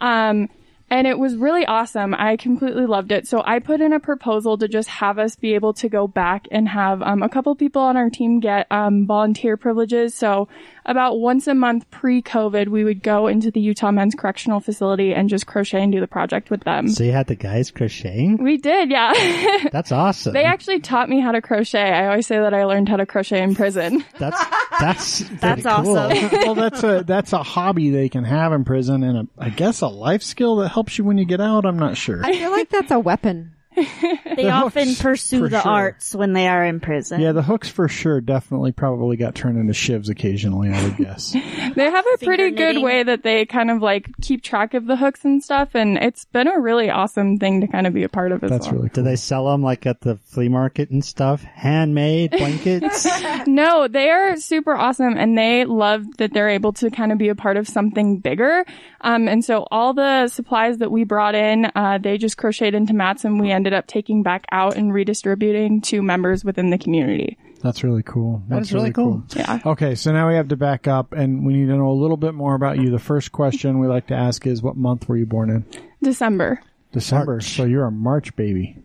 Speaker 6: Um, and it was really awesome. I completely loved it. So I put in a proposal to just have us be able to go back and have um, a couple people on our team get um, volunteer privileges. So about once a month pre COVID, we would go into the Utah Men's Correctional Facility and just crochet and do the project with them.
Speaker 4: So you had the guys crocheting?
Speaker 6: We did, yeah.
Speaker 4: That's awesome.
Speaker 6: they actually taught me how to crochet. I always say that I learned how to crochet in prison.
Speaker 4: that's that's pretty
Speaker 5: That's
Speaker 4: cool.
Speaker 5: awesome.
Speaker 3: well, that's a, that's a hobby they can have in prison and a, I guess a life skill that helps you when you get out. I'm not sure.
Speaker 2: I feel like that's a weapon.
Speaker 5: They
Speaker 3: The
Speaker 5: often
Speaker 3: hooks,
Speaker 5: pursue
Speaker 3: for
Speaker 5: the
Speaker 3: Oh, sure.
Speaker 5: arts when they are in prison.
Speaker 3: Yeah, the hooks for sure definitely probably got turned into shivs occasionally, I would guess.
Speaker 6: They have a pretty good
Speaker 5: knitting.
Speaker 6: way that they kind of like keep track of the hooks and stuff, and it's been a really awesome thing to kind of be a part of as
Speaker 3: That's
Speaker 6: well.
Speaker 3: really
Speaker 4: Do
Speaker 3: cool.
Speaker 4: they sell them like at the flea market and stuff? Handmade blankets?
Speaker 6: No, they are super awesome and they love that they're able to kind of be a part of something bigger. Um, and so all the supplies that we brought in, uh, they just crocheted into mats and we ended up taking back out and redistributing to members within the community.
Speaker 3: That's really cool. That's
Speaker 4: is really cool.
Speaker 6: Yeah.
Speaker 3: Okay, so now we have to back up and we need to know a little bit more about you. The first question we like to ask is what month were you born in?
Speaker 6: December.
Speaker 3: December.
Speaker 4: March.
Speaker 3: So you're a March baby.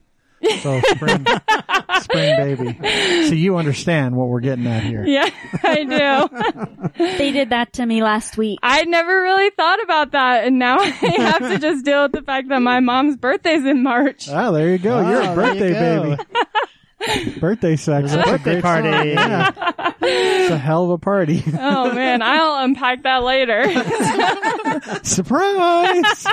Speaker 3: So spring, spring baby. So you understand what we're getting at here.
Speaker 6: Yeah, I do.
Speaker 5: They did that to me last week.
Speaker 6: I never really thought about that. And now I have to just deal with the fact that my mom's birthday's in March.
Speaker 3: Ah, there you go. you're a
Speaker 4: Oh, there
Speaker 3: birthday
Speaker 4: you go.
Speaker 3: baby. birthday sex.
Speaker 4: It's a
Speaker 3: That's a
Speaker 4: birthday
Speaker 3: great-
Speaker 4: party.
Speaker 3: It's a hell of a party.
Speaker 6: Oh man, I'll unpack that later.
Speaker 3: Surprise!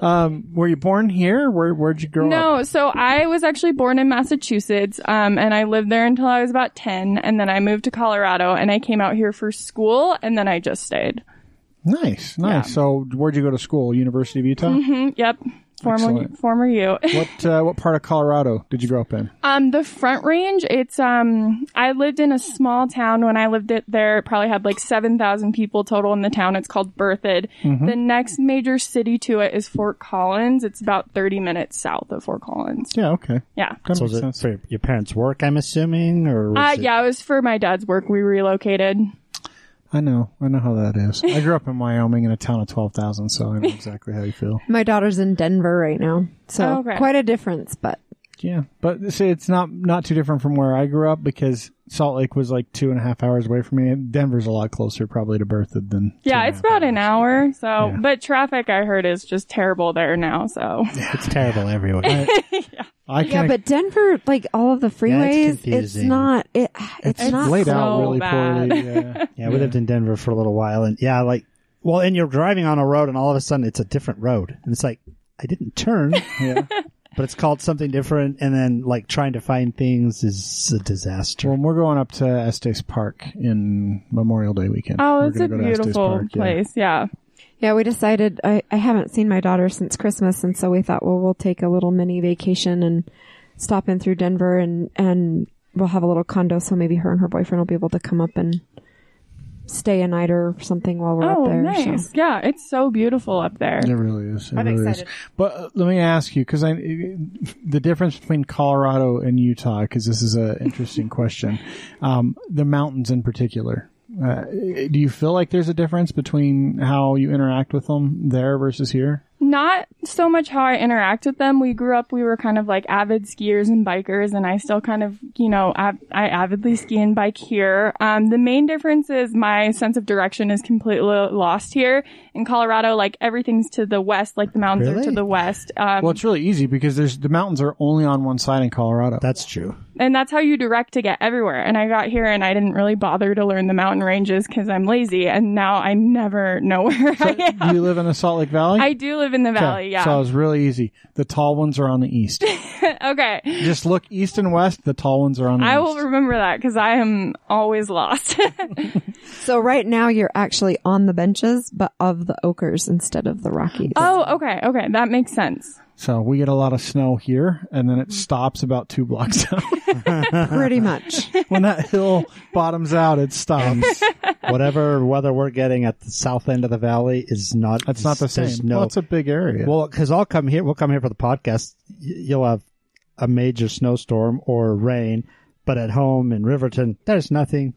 Speaker 3: um, were you born here? Where Where'd you grow up?
Speaker 6: No, so I was actually born in Massachusetts, um, and I lived there until I was about 10, and then I moved to Colorado, and I came out here for school, and then I just stayed.
Speaker 3: Nice, nice. So where'd you go to school? University of Utah.
Speaker 6: Hmm, yep. Former,
Speaker 3: Excellent.
Speaker 6: former you.
Speaker 3: What uh, What part of Colorado did you grow up in?
Speaker 6: Um, the front range, it's, um, I lived in a small town when I lived it there. It probably had like 7,000 people total in the town. It's called Berthoud.
Speaker 3: Mm-hmm.
Speaker 6: The next major city to it is Fort Collins. It's about 30 minutes south of Fort Collins.
Speaker 3: Yeah, okay.
Speaker 6: Yeah.
Speaker 3: That
Speaker 4: So
Speaker 3: makes
Speaker 4: is it
Speaker 3: sense.
Speaker 4: for your parents' work, I'm assuming? Or was
Speaker 6: Uh,
Speaker 4: it-
Speaker 6: yeah, it was for my dad's work. We relocated.
Speaker 3: I know, I know how that is. I grew up in Wyoming in a town of twelve thousand, so I know exactly how you feel.
Speaker 2: My daughter's in Denver right now, so
Speaker 6: Oh, okay.
Speaker 2: quite a difference. But
Speaker 3: Yeah, but see, it's not not too different from where I grew up because Salt Lake was like two and a half hours away from me. and Denver's a lot closer, probably to Berthoud than. two
Speaker 6: Yeah,
Speaker 3: and a
Speaker 6: it's
Speaker 3: half
Speaker 6: about an
Speaker 3: hours.
Speaker 6: hour. So, but traffic I heard is just terrible there now. So,
Speaker 4: It's terrible everywhere.
Speaker 3: I
Speaker 2: yeah,
Speaker 3: can
Speaker 2: but Denver, like all of the freeways, it's,
Speaker 4: confusing.
Speaker 2: not. It, it's,
Speaker 6: It's
Speaker 2: not.
Speaker 3: laid
Speaker 6: so
Speaker 3: out really
Speaker 6: bad.
Speaker 3: poorly. Yeah.
Speaker 4: Yeah, we lived in Denver for a little while, and yeah, like, well, and you're driving on a road, and all of a sudden it's a different road, and it's like I didn't turn,
Speaker 3: yeah.
Speaker 4: but it's called something different, and then like trying to find things is a disaster.
Speaker 3: Well, we're going up to Estes Park in Memorial Day weekend.
Speaker 6: oh,
Speaker 3: We're
Speaker 6: it's
Speaker 3: gonna go
Speaker 6: a
Speaker 3: to Estes
Speaker 6: beautiful
Speaker 3: Park, yeah.
Speaker 6: place. Yeah.
Speaker 2: Yeah, we decided. I, I haven't seen my daughter since Christmas, and so we thought, well, we'll take a little mini vacation and stop in through Denver, and and we'll have a little condo, so maybe her and her boyfriend will be able to come up and stay a night or something while we're
Speaker 6: Oh,
Speaker 2: up there.
Speaker 6: nice.
Speaker 2: So.
Speaker 6: Yeah, it's so beautiful up there.
Speaker 3: It really is. It
Speaker 2: I'm
Speaker 3: really Is.
Speaker 2: excited.
Speaker 3: But uh, let me ask you, because I, the difference between Colorado and Utah, because this is an interesting question, um, the mountains in particular. Uh, do you feel like there's a difference between how you interact with them there versus here?
Speaker 6: Not so much how I interact with them. We grew up, we were kind of like avid skiers and bikers, and I still kind of, you know, av- I avidly ski and bike here. Um, the main difference is my sense of direction is completely lost here. In Colorado, like everything's to the west, like the mountains are to
Speaker 4: Really?
Speaker 6: the west. Um,
Speaker 3: Well, it's really easy because there's the mountains are only on one side in Colorado.
Speaker 4: That's true.
Speaker 6: and that's how you direct to get everywhere. And I got here and I didn't really bother to learn the mountain ranges because I'm lazy, and now I never know where I am.
Speaker 3: Do you live in the Salt Lake Valley?
Speaker 6: I do live in the
Speaker 3: Okay,
Speaker 6: valley,
Speaker 3: So
Speaker 6: yeah.
Speaker 3: it's really easy. The tall ones are on the east.
Speaker 6: okay.
Speaker 3: Just look east and west. The tall ones are on the
Speaker 6: I
Speaker 3: east.
Speaker 6: will remember that because I am always lost.
Speaker 2: So right now you're actually on the benches, but of the Oakers instead of the Rockies.
Speaker 6: oh, okay, okay, that makes sense.
Speaker 3: So we get a lot of snow here, and then it
Speaker 4: Mm.
Speaker 3: stops about two blocks down.
Speaker 2: pretty much.
Speaker 3: when that hill bottoms out, it stops.
Speaker 4: Whatever weather we're getting at the south end of the valley is not.
Speaker 3: That's not the
Speaker 4: there's
Speaker 3: same.
Speaker 4: No,
Speaker 3: Well, it's a big area.
Speaker 4: Well, because I'll come here. We'll come here for the podcast. Y- You'll have a major snowstorm or rain, but at home in Riverton, there's nothing.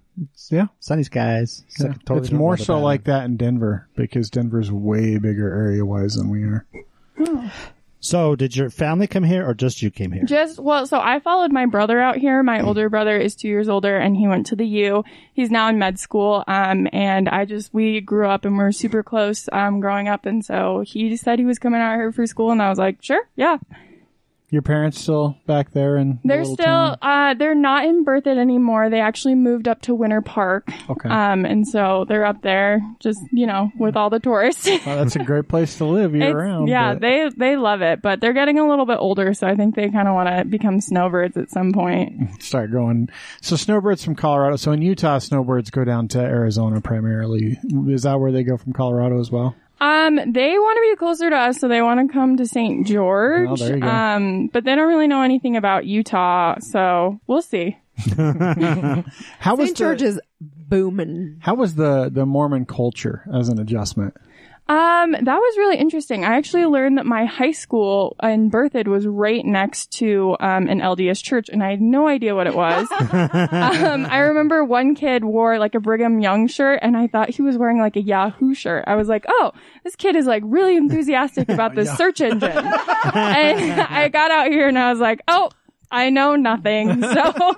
Speaker 3: yeah.
Speaker 4: Sunny skies. It's, like a totally
Speaker 3: it's
Speaker 4: different
Speaker 3: more
Speaker 4: weather
Speaker 3: so
Speaker 4: pattern.
Speaker 3: like that in Denver because Denver's way bigger area wise than we are.
Speaker 4: So, did your family come here, or just you came here?
Speaker 6: Just well, so I followed my brother out here. My older brother is two years older, and he went to the U. He's now in med school. Um, and I just we grew up and we are super close. Um, growing up, and so he just said he was coming out here for school, and I was like, sure, yeah.
Speaker 3: Your parents still back there and
Speaker 6: They're still uh, they're not in Berthoud anymore. They actually moved up to Winter Park.
Speaker 3: okay.
Speaker 6: Um, and so they're up there just, you know, with all the tourists.
Speaker 3: well, that's a great place to live year
Speaker 6: It's-
Speaker 3: round.
Speaker 6: yeah,
Speaker 3: but-
Speaker 6: they they love it, but they're getting a little bit older, so I think they kind of want to become snowbirds at some point.
Speaker 3: start going. So snowbirds from Colorado. So in Utah, snowbirds go down to Arizona primarily. Is that where they go from Colorado as well?
Speaker 6: Um, they want to be closer to us, so they want to come to St. George.
Speaker 3: Oh, there you go.
Speaker 6: Um, but they don't really know anything about Utah, so we'll see.
Speaker 3: How was
Speaker 2: St. George
Speaker 3: the,
Speaker 2: is booming.
Speaker 3: how was the the Mormon culture as an adjustment?
Speaker 6: Um, that was really interesting. I actually learned that my high school in Berthoud was right next to um, an LDS church, and I had no idea what it was. um, I remember one kid wore like a Brigham Young shirt, and I thought he was wearing like a Yahoo shirt. I was like, "Oh, this kid is like really enthusiastic about this search engine." and I got out here, and I was like, "Oh." I know nothing. So,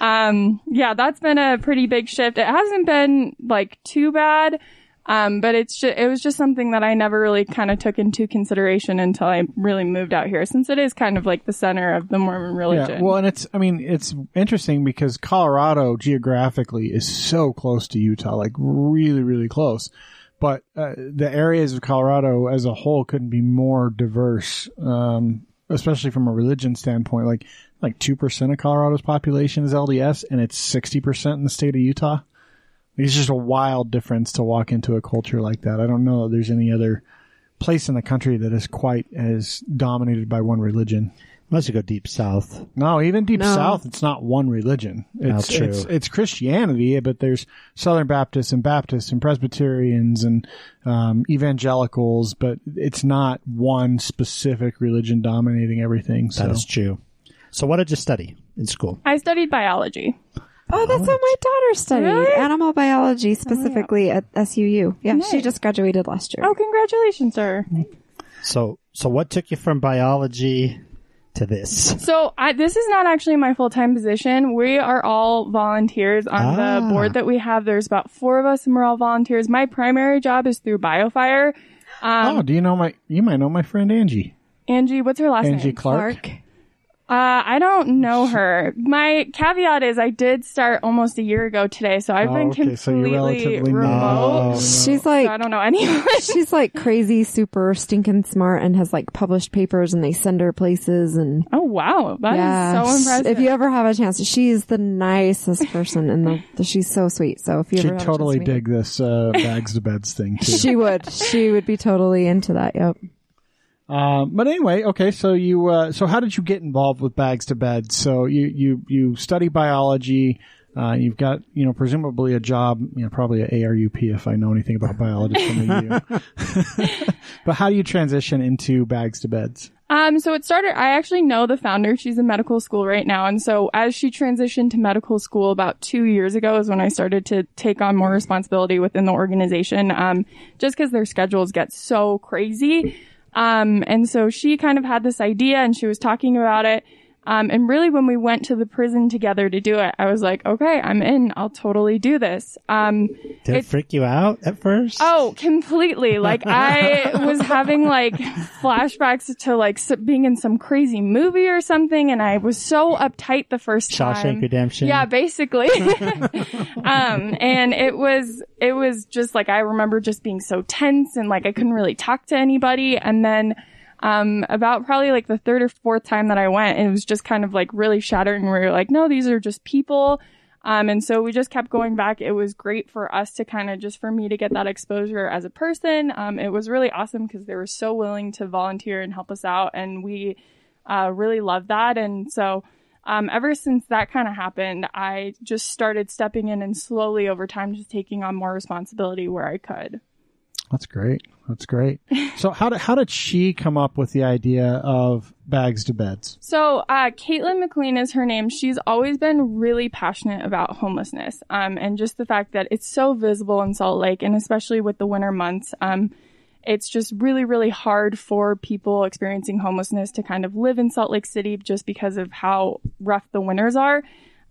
Speaker 6: um, yeah, that's been a pretty big shift. It hasn't been like too bad. Um, but it's just, it was just something that I never really kind of took into consideration until I really moved out here, since it is kind of like the center of the Mormon religion.
Speaker 3: Yeah, well, and it's I mean it's interesting because Colorado geographically is so close to Utah, like really really close. But uh, the areas of Colorado as a whole couldn't be more diverse, um, especially from a religion standpoint. Like like two percent of Colorado's population is LDS, and it's sixty percent in the state of Utah. It's just a wild difference to walk into a culture like that. I don't know that there's any other place in the country that is quite as dominated by one religion.
Speaker 4: Unless you go deep south.
Speaker 3: No, even deep
Speaker 2: No.
Speaker 3: south, it's not one religion. It's,
Speaker 4: true.
Speaker 3: it's it's Christianity, but there's Southern Baptists and Baptists and Presbyterians and um, evangelicals, but it's not one specific religion dominating everything.
Speaker 4: That
Speaker 3: So
Speaker 4: is true. So what did you study in school?
Speaker 6: I studied biology.
Speaker 2: Oh, that's what my daughter studied.
Speaker 6: Really?
Speaker 2: Animal biology specifically at SUU. Yeah, she
Speaker 6: Nice.
Speaker 2: just graduated last year.
Speaker 6: Oh, congratulations, sir.
Speaker 4: So so what took you from biology to this?
Speaker 6: So I, this is not actually my full time position. We are all volunteers on
Speaker 4: Ah.
Speaker 6: the board that we have. There's about four of us, and we're all volunteers. My primary job is through Biofire. Um,
Speaker 3: oh, do you know my? You might know my friend Angie.
Speaker 6: Angie, what's her last
Speaker 3: Angie
Speaker 6: name?
Speaker 3: Clark.
Speaker 6: Uh, I don't know her. My caveat is I did start almost a year ago today, so I've
Speaker 3: Oh,
Speaker 6: been
Speaker 3: okay,
Speaker 6: completely
Speaker 3: so you're relatively new. Oh.
Speaker 4: Um,
Speaker 6: remote. So
Speaker 2: She's like
Speaker 6: I don't know anyone.
Speaker 2: she's like crazy, super stinking smart, and has like published papers, and they send her places, and
Speaker 6: Oh wow, that is
Speaker 2: yeah,
Speaker 6: so impressive.
Speaker 2: If you ever have a chance, she's the nicest person, and the, she's so sweet. So if you
Speaker 3: She'd
Speaker 2: ever have
Speaker 3: totally
Speaker 2: a chance to meet
Speaker 3: dig this uh, bags to beds thing
Speaker 2: her-
Speaker 3: too.
Speaker 2: she would, she would be totally into that. Yep.
Speaker 3: Um, but anyway, okay. So you, uh, so how did you get involved with Bags to Beds? So you, you, you study biology. Uh, you've got, you know, presumably a job, you know, probably a ARUP if I know anything about biology from you. but how do you transition into Bags to Beds?
Speaker 6: Um, so it started, I actually know the founder. She's in medical school right now. And so as she transitioned to medical school about two years ago is when I started to take on more responsibility within the organization. Um, just cause their schedules get so crazy. Um, and so she kind of had this idea and she was talking about it. Um, and really when we went to the prison together to do it, I was like, okay, I'm in. I'll totally do this. Um,
Speaker 4: Did it,
Speaker 6: It-
Speaker 4: freak you out at first?
Speaker 6: Oh, completely. Like I was having like flashbacks to like s- being in some crazy movie or something and I was so uptight the first
Speaker 4: Shawshank
Speaker 6: time.
Speaker 4: Redemption.
Speaker 6: Yeah, basically. um, and it was, it was just like, I remember just being so tense and like I couldn't really talk to anybody. And then, um, about probably like the third or fourth time that I went, it was just kind of like really shattered and we were like, no, these are just people. Um, and so we just kept going back. It was great for us to kind of just for me to get that exposure as a person. Um, it was really awesome because they were so willing to volunteer and help us out. And we, uh, really loved that. And so, um, ever since that kind of happened, I just started stepping in and slowly over time just taking on more responsibility where I could.
Speaker 3: That's great. That's great. So how did, how did she come up with the idea of Bags to Beds?
Speaker 6: So, uh, Caitlin McLean is her name. She's always been really passionate about homelessness, um, and just the fact that it's so visible in Salt Lake, and especially with the winter months, um, it's just really, really hard for people experiencing homelessness to kind of live in Salt Lake City just because of how rough the winters are.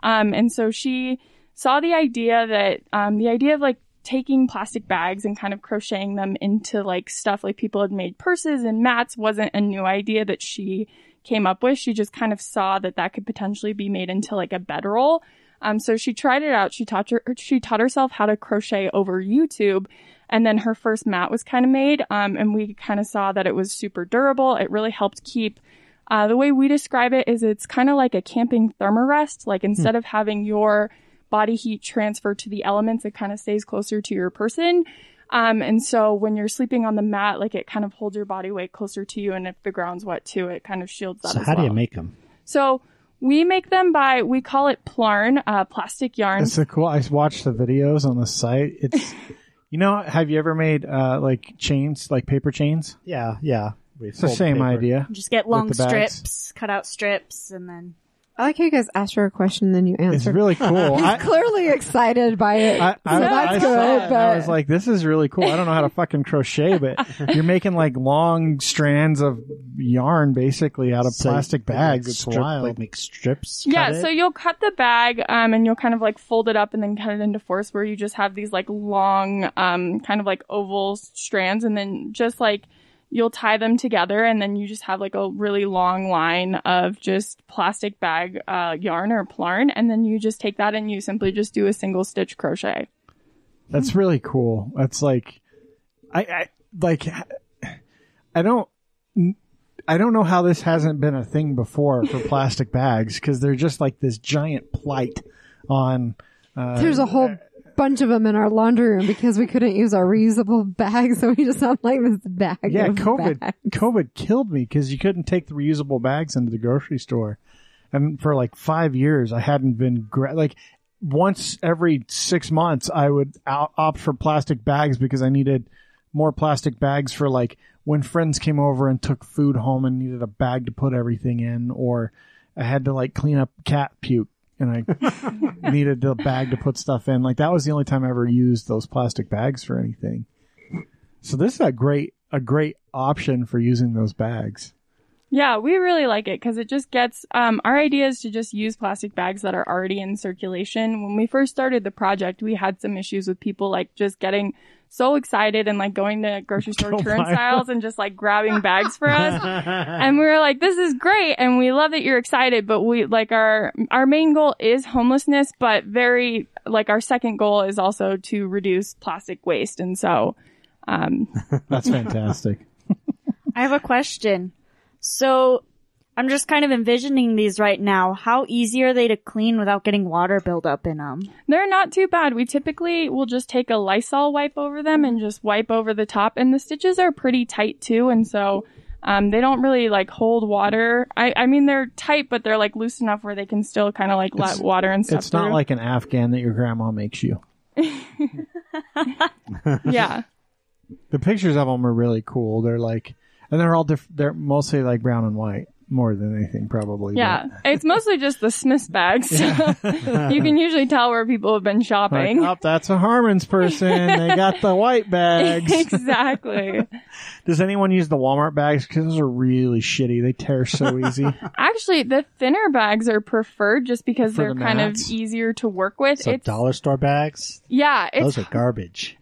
Speaker 6: Um, and so she saw the idea that um, the idea of like taking plastic bags and kind of crocheting them into like stuff like people had made purses and mats wasn't a new idea that she came up with. She just kind of saw that that could potentially be made into like a bedroll. Um, so she tried it out. She taught her, she taught herself how to crochet over YouTube. And then her first mat was kind of made. Um, and we kind of saw that it was super durable. It really helped keep, uh, the way we describe it is it's kind of like a camping thermarest.
Speaker 4: Hmm.
Speaker 6: Like instead of having your body heat transfer to the elements, it kind of stays closer to your person. Um, and so when you're sleeping on the mat, like it kind of holds your body weight closer to you. And if the ground's wet too, it kind of shields that
Speaker 4: So
Speaker 6: as
Speaker 4: how do you
Speaker 6: well.
Speaker 4: make them?
Speaker 6: So we make them by we call it plarn, uh, plastic yarn.
Speaker 3: It's so cool. I watched the videos on the site. It's, you know, have you ever made uh, like chains, like paper chains?
Speaker 4: Yeah, yeah. We
Speaker 3: It's the
Speaker 4: fold
Speaker 3: same
Speaker 4: paper.
Speaker 3: idea.
Speaker 5: Just get long
Speaker 3: the bags.
Speaker 5: strips, cut out strips, and then
Speaker 2: I like how you guys asked her a question, then you
Speaker 3: It's
Speaker 2: answered.
Speaker 3: really cool.
Speaker 2: He's
Speaker 3: I,
Speaker 2: clearly excited by it.
Speaker 3: I, I,
Speaker 2: so that's
Speaker 3: I saw it
Speaker 2: good,
Speaker 3: and I
Speaker 2: but
Speaker 3: was like, this is really cool. I don't know how to fucking crochet, but you're making like long strands of yarn basically out of
Speaker 4: So
Speaker 3: plastic
Speaker 4: you make
Speaker 3: bags. It's
Speaker 4: strip-
Speaker 3: wild.
Speaker 4: Like make strips.
Speaker 6: yeah,
Speaker 4: cut it?
Speaker 6: so you'll cut the bag, um, and you'll kind of like fold it up and then cut it into fours where you just have these like long, um, kind of like oval s- strands and then just like you'll tie them together and then you just have like a really long line of just plastic bag, uh, yarn or plarn. And then you just take that and you simply just do a single stitch crochet.
Speaker 4: mm-hmm.
Speaker 3: That's really cool. That's like, I, I like, I don't, I don't know how this hasn't been a thing before for plastic bags because they're just like this giant plight on. Uh,
Speaker 2: there's a whole bunch of them in our laundry room because we couldn't use our reusable bags, so we just have like this bag.
Speaker 3: yeah,
Speaker 2: of
Speaker 3: COVID,
Speaker 2: bags.
Speaker 3: COVID killed me because you couldn't take the reusable bags into the grocery store, and for like five years I hadn't been gra- like. Once every six months, I would out- opt for plastic bags because I needed more plastic bags for like when friends came over and took food home and needed a bag to put everything in, or I had to like clean up cat puke and I needed a bag to put stuff in. Like that was the only time I ever used those plastic bags for anything. So this is a great a great option for using those bags.
Speaker 6: Yeah, we really like it because it just gets um, our idea is to just use plastic bags that are already in circulation. When we first started the project, we had some issues with people like just getting so excited and like going to grocery store
Speaker 3: Don't buy
Speaker 6: turnstiles and just like grabbing bags for us. and we were like, "This is great," and we love that you're excited. But we like our our main goal is homelessness, but very like our second goal is also to reduce plastic waste. And so, um,
Speaker 3: That's fantastic.
Speaker 5: I have a question. So I'm just kind of envisioning these right now. How easy are they to clean without getting water buildup in them?
Speaker 6: They're not too bad. We typically will just take a Lysol wipe over them and just wipe over the top. And the stitches are pretty tight too, and so um, they don't really like hold water. I, I mean, they're tight, but they're like loose enough where they can still kind of like let
Speaker 3: It's-
Speaker 6: water and stuff.
Speaker 3: it's not
Speaker 6: through.
Speaker 3: like an Afghan that your grandma makes you.
Speaker 6: yeah,
Speaker 3: The pictures of them are really cool. They're like, and they're all diff- they're mostly like brown and white more than anything probably. but-
Speaker 6: yeah. It's mostly just the Smiths bags. So you can usually tell where people have been
Speaker 3: Like,
Speaker 6: shopping.
Speaker 3: oh, that's a Harmon's person. they got the white bags.
Speaker 6: exactly.
Speaker 3: Does anyone use the Walmart bags? Because those are really shitty. They tear so easy.
Speaker 6: Actually, the thinner bags are preferred just because
Speaker 3: For
Speaker 6: they're
Speaker 3: the
Speaker 6: kind of
Speaker 3: mats.
Speaker 6: easier to work with.
Speaker 4: So
Speaker 6: it's,
Speaker 4: dollar store bags.
Speaker 6: yeah, it's
Speaker 4: Those are garbage.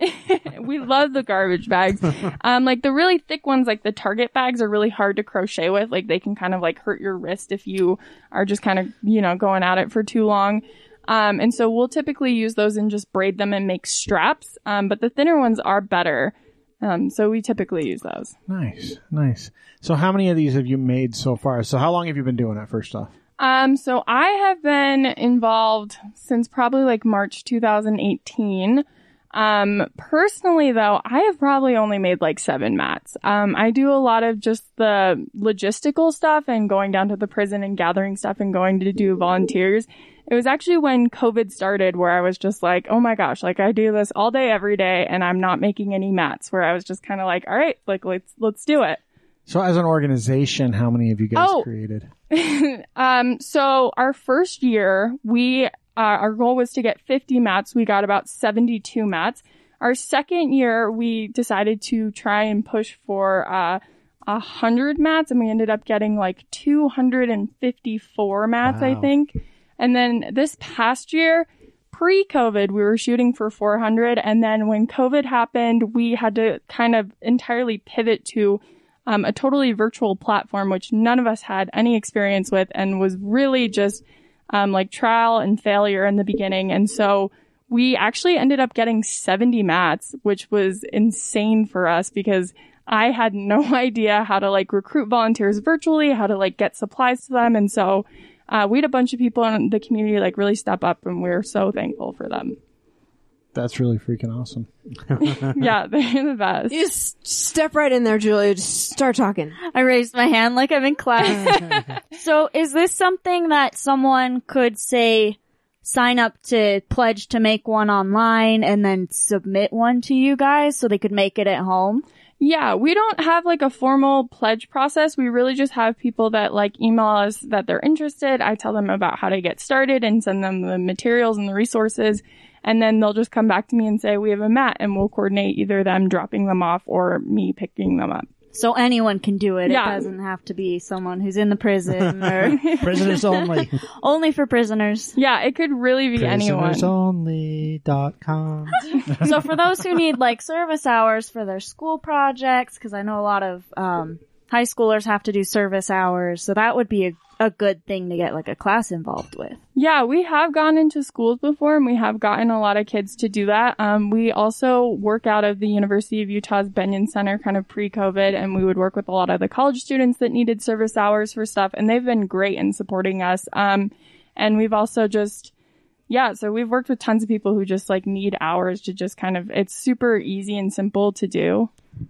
Speaker 6: we love the garbage bags. Um, like the really thick ones, like the Target bags, are really hard to crochet with. Like they can kind of like hurt your wrist if you are just kind of you know going at it for too long. Um, and so we'll typically use those and just braid them and make straps. Um, but the thinner ones are better. Um, so we typically use those.
Speaker 3: nice, nice. So, how many of these have you made so far? So, how long have you been doing it? First off,
Speaker 6: Um, so I have been involved since probably like March 2018. Um, personally though, I have probably only made like seven mats. Um, I do a lot of just the logistical stuff and going down to the prison and gathering stuff and going to do volunteers. It was actually when COVID started where I was just like, oh my gosh, like I do this all day, every day, and I'm not making any mats where I was just kind of like, all right, like let's, let's do it.
Speaker 3: so as an organization, how many have you guys
Speaker 6: Oh.
Speaker 3: created?
Speaker 6: Um, so our first year, we uh, our goal was to get 50 mats. We got about 72 mats. Our second year, we decided to try and push for uh, 100 mats, and we ended up getting like 254 mats, I
Speaker 4: Wow.
Speaker 6: think. And then this past year, pre-COVID, we were shooting for 400, and then when COVID happened, we had to kind of entirely pivot to um, a totally virtual platform, which none of us had any experience with and was really just um, like trial and failure in the beginning. And so we actually ended up getting 70 mats, which was insane for us because I had no idea how to like recruit volunteers virtually, how to like get supplies to them. And so uh, we had a bunch of people in the community like really step up and we we're so thankful for them.
Speaker 3: That's really freaking awesome.
Speaker 6: yeah, they're the best.
Speaker 2: You just step right in there, Julia. Just start talking.
Speaker 5: I raised my hand like I'm in class. so is this something that someone could say sign up to pledge to make one online and then submit one to you guys so they could make it at home?
Speaker 6: Yeah, we don't have like a formal pledge process. We really just have people that like email us that they're interested. I tell them about how to get started and send them the materials and the resources. And then they'll just come back to me and say, we have a mat and we'll coordinate either them dropping them off or me picking them up.
Speaker 5: So anyone can do it.
Speaker 6: Yeah.
Speaker 5: It doesn't have to be someone who's in the prison or
Speaker 4: Prisoners only.
Speaker 5: only for prisoners.
Speaker 6: Yeah, it could really be anyone.
Speaker 4: Prisonersonly.com.
Speaker 5: So for those who need like service hours for their school projects, because I know a lot of um, high schoolers have to do service hours, so that would be a, a good thing to get like a class involved with.
Speaker 6: Yeah, we have gone into schools before and we have gotten a lot of kids to do that. Um, we also work out of the University of Utah's Benyon Center kind of pre COVID and we would work with a lot of the college students that needed service hours for stuff and they've been great in supporting us. Um, and we've also just, yeah, so we've worked with tons of people who just like need hours to just kind of, it's super easy and simple to do.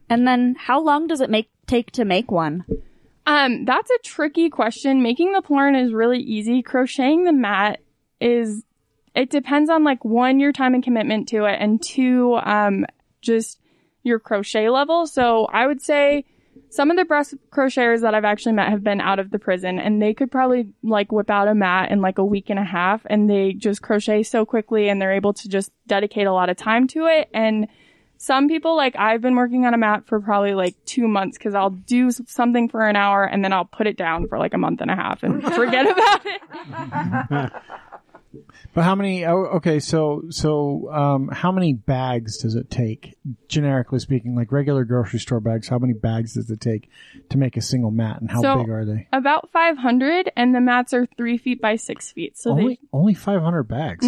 Speaker 5: And then how long does it make take to make one?
Speaker 6: Um, that's a tricky question. Making the plarn is really easy. Crocheting the mat is it depends on like one your time and commitment to it, and two, um, just your crochet level. So I would say some of the breast crocheters that I've actually met have been out of the prison, and they could probably like whip out a mat in like a week and a half, and they just crochet so quickly, and they're able to just dedicate a lot of time to it, and some people like I've been working on a mat for probably like two months because I'll do s- something for an hour and then I'll put it down for like a month and a half and forget about it.
Speaker 3: But how many? Oh, okay, so so um, how many bags does it take, generically speaking, like regular grocery store bags? How many bags does it take to make a single mat, and how
Speaker 6: So-
Speaker 3: big are they?
Speaker 6: About 500 and the mats are three feet by six feet. So
Speaker 3: only
Speaker 6: they, Mm-hmm.
Speaker 3: only five hundred bags.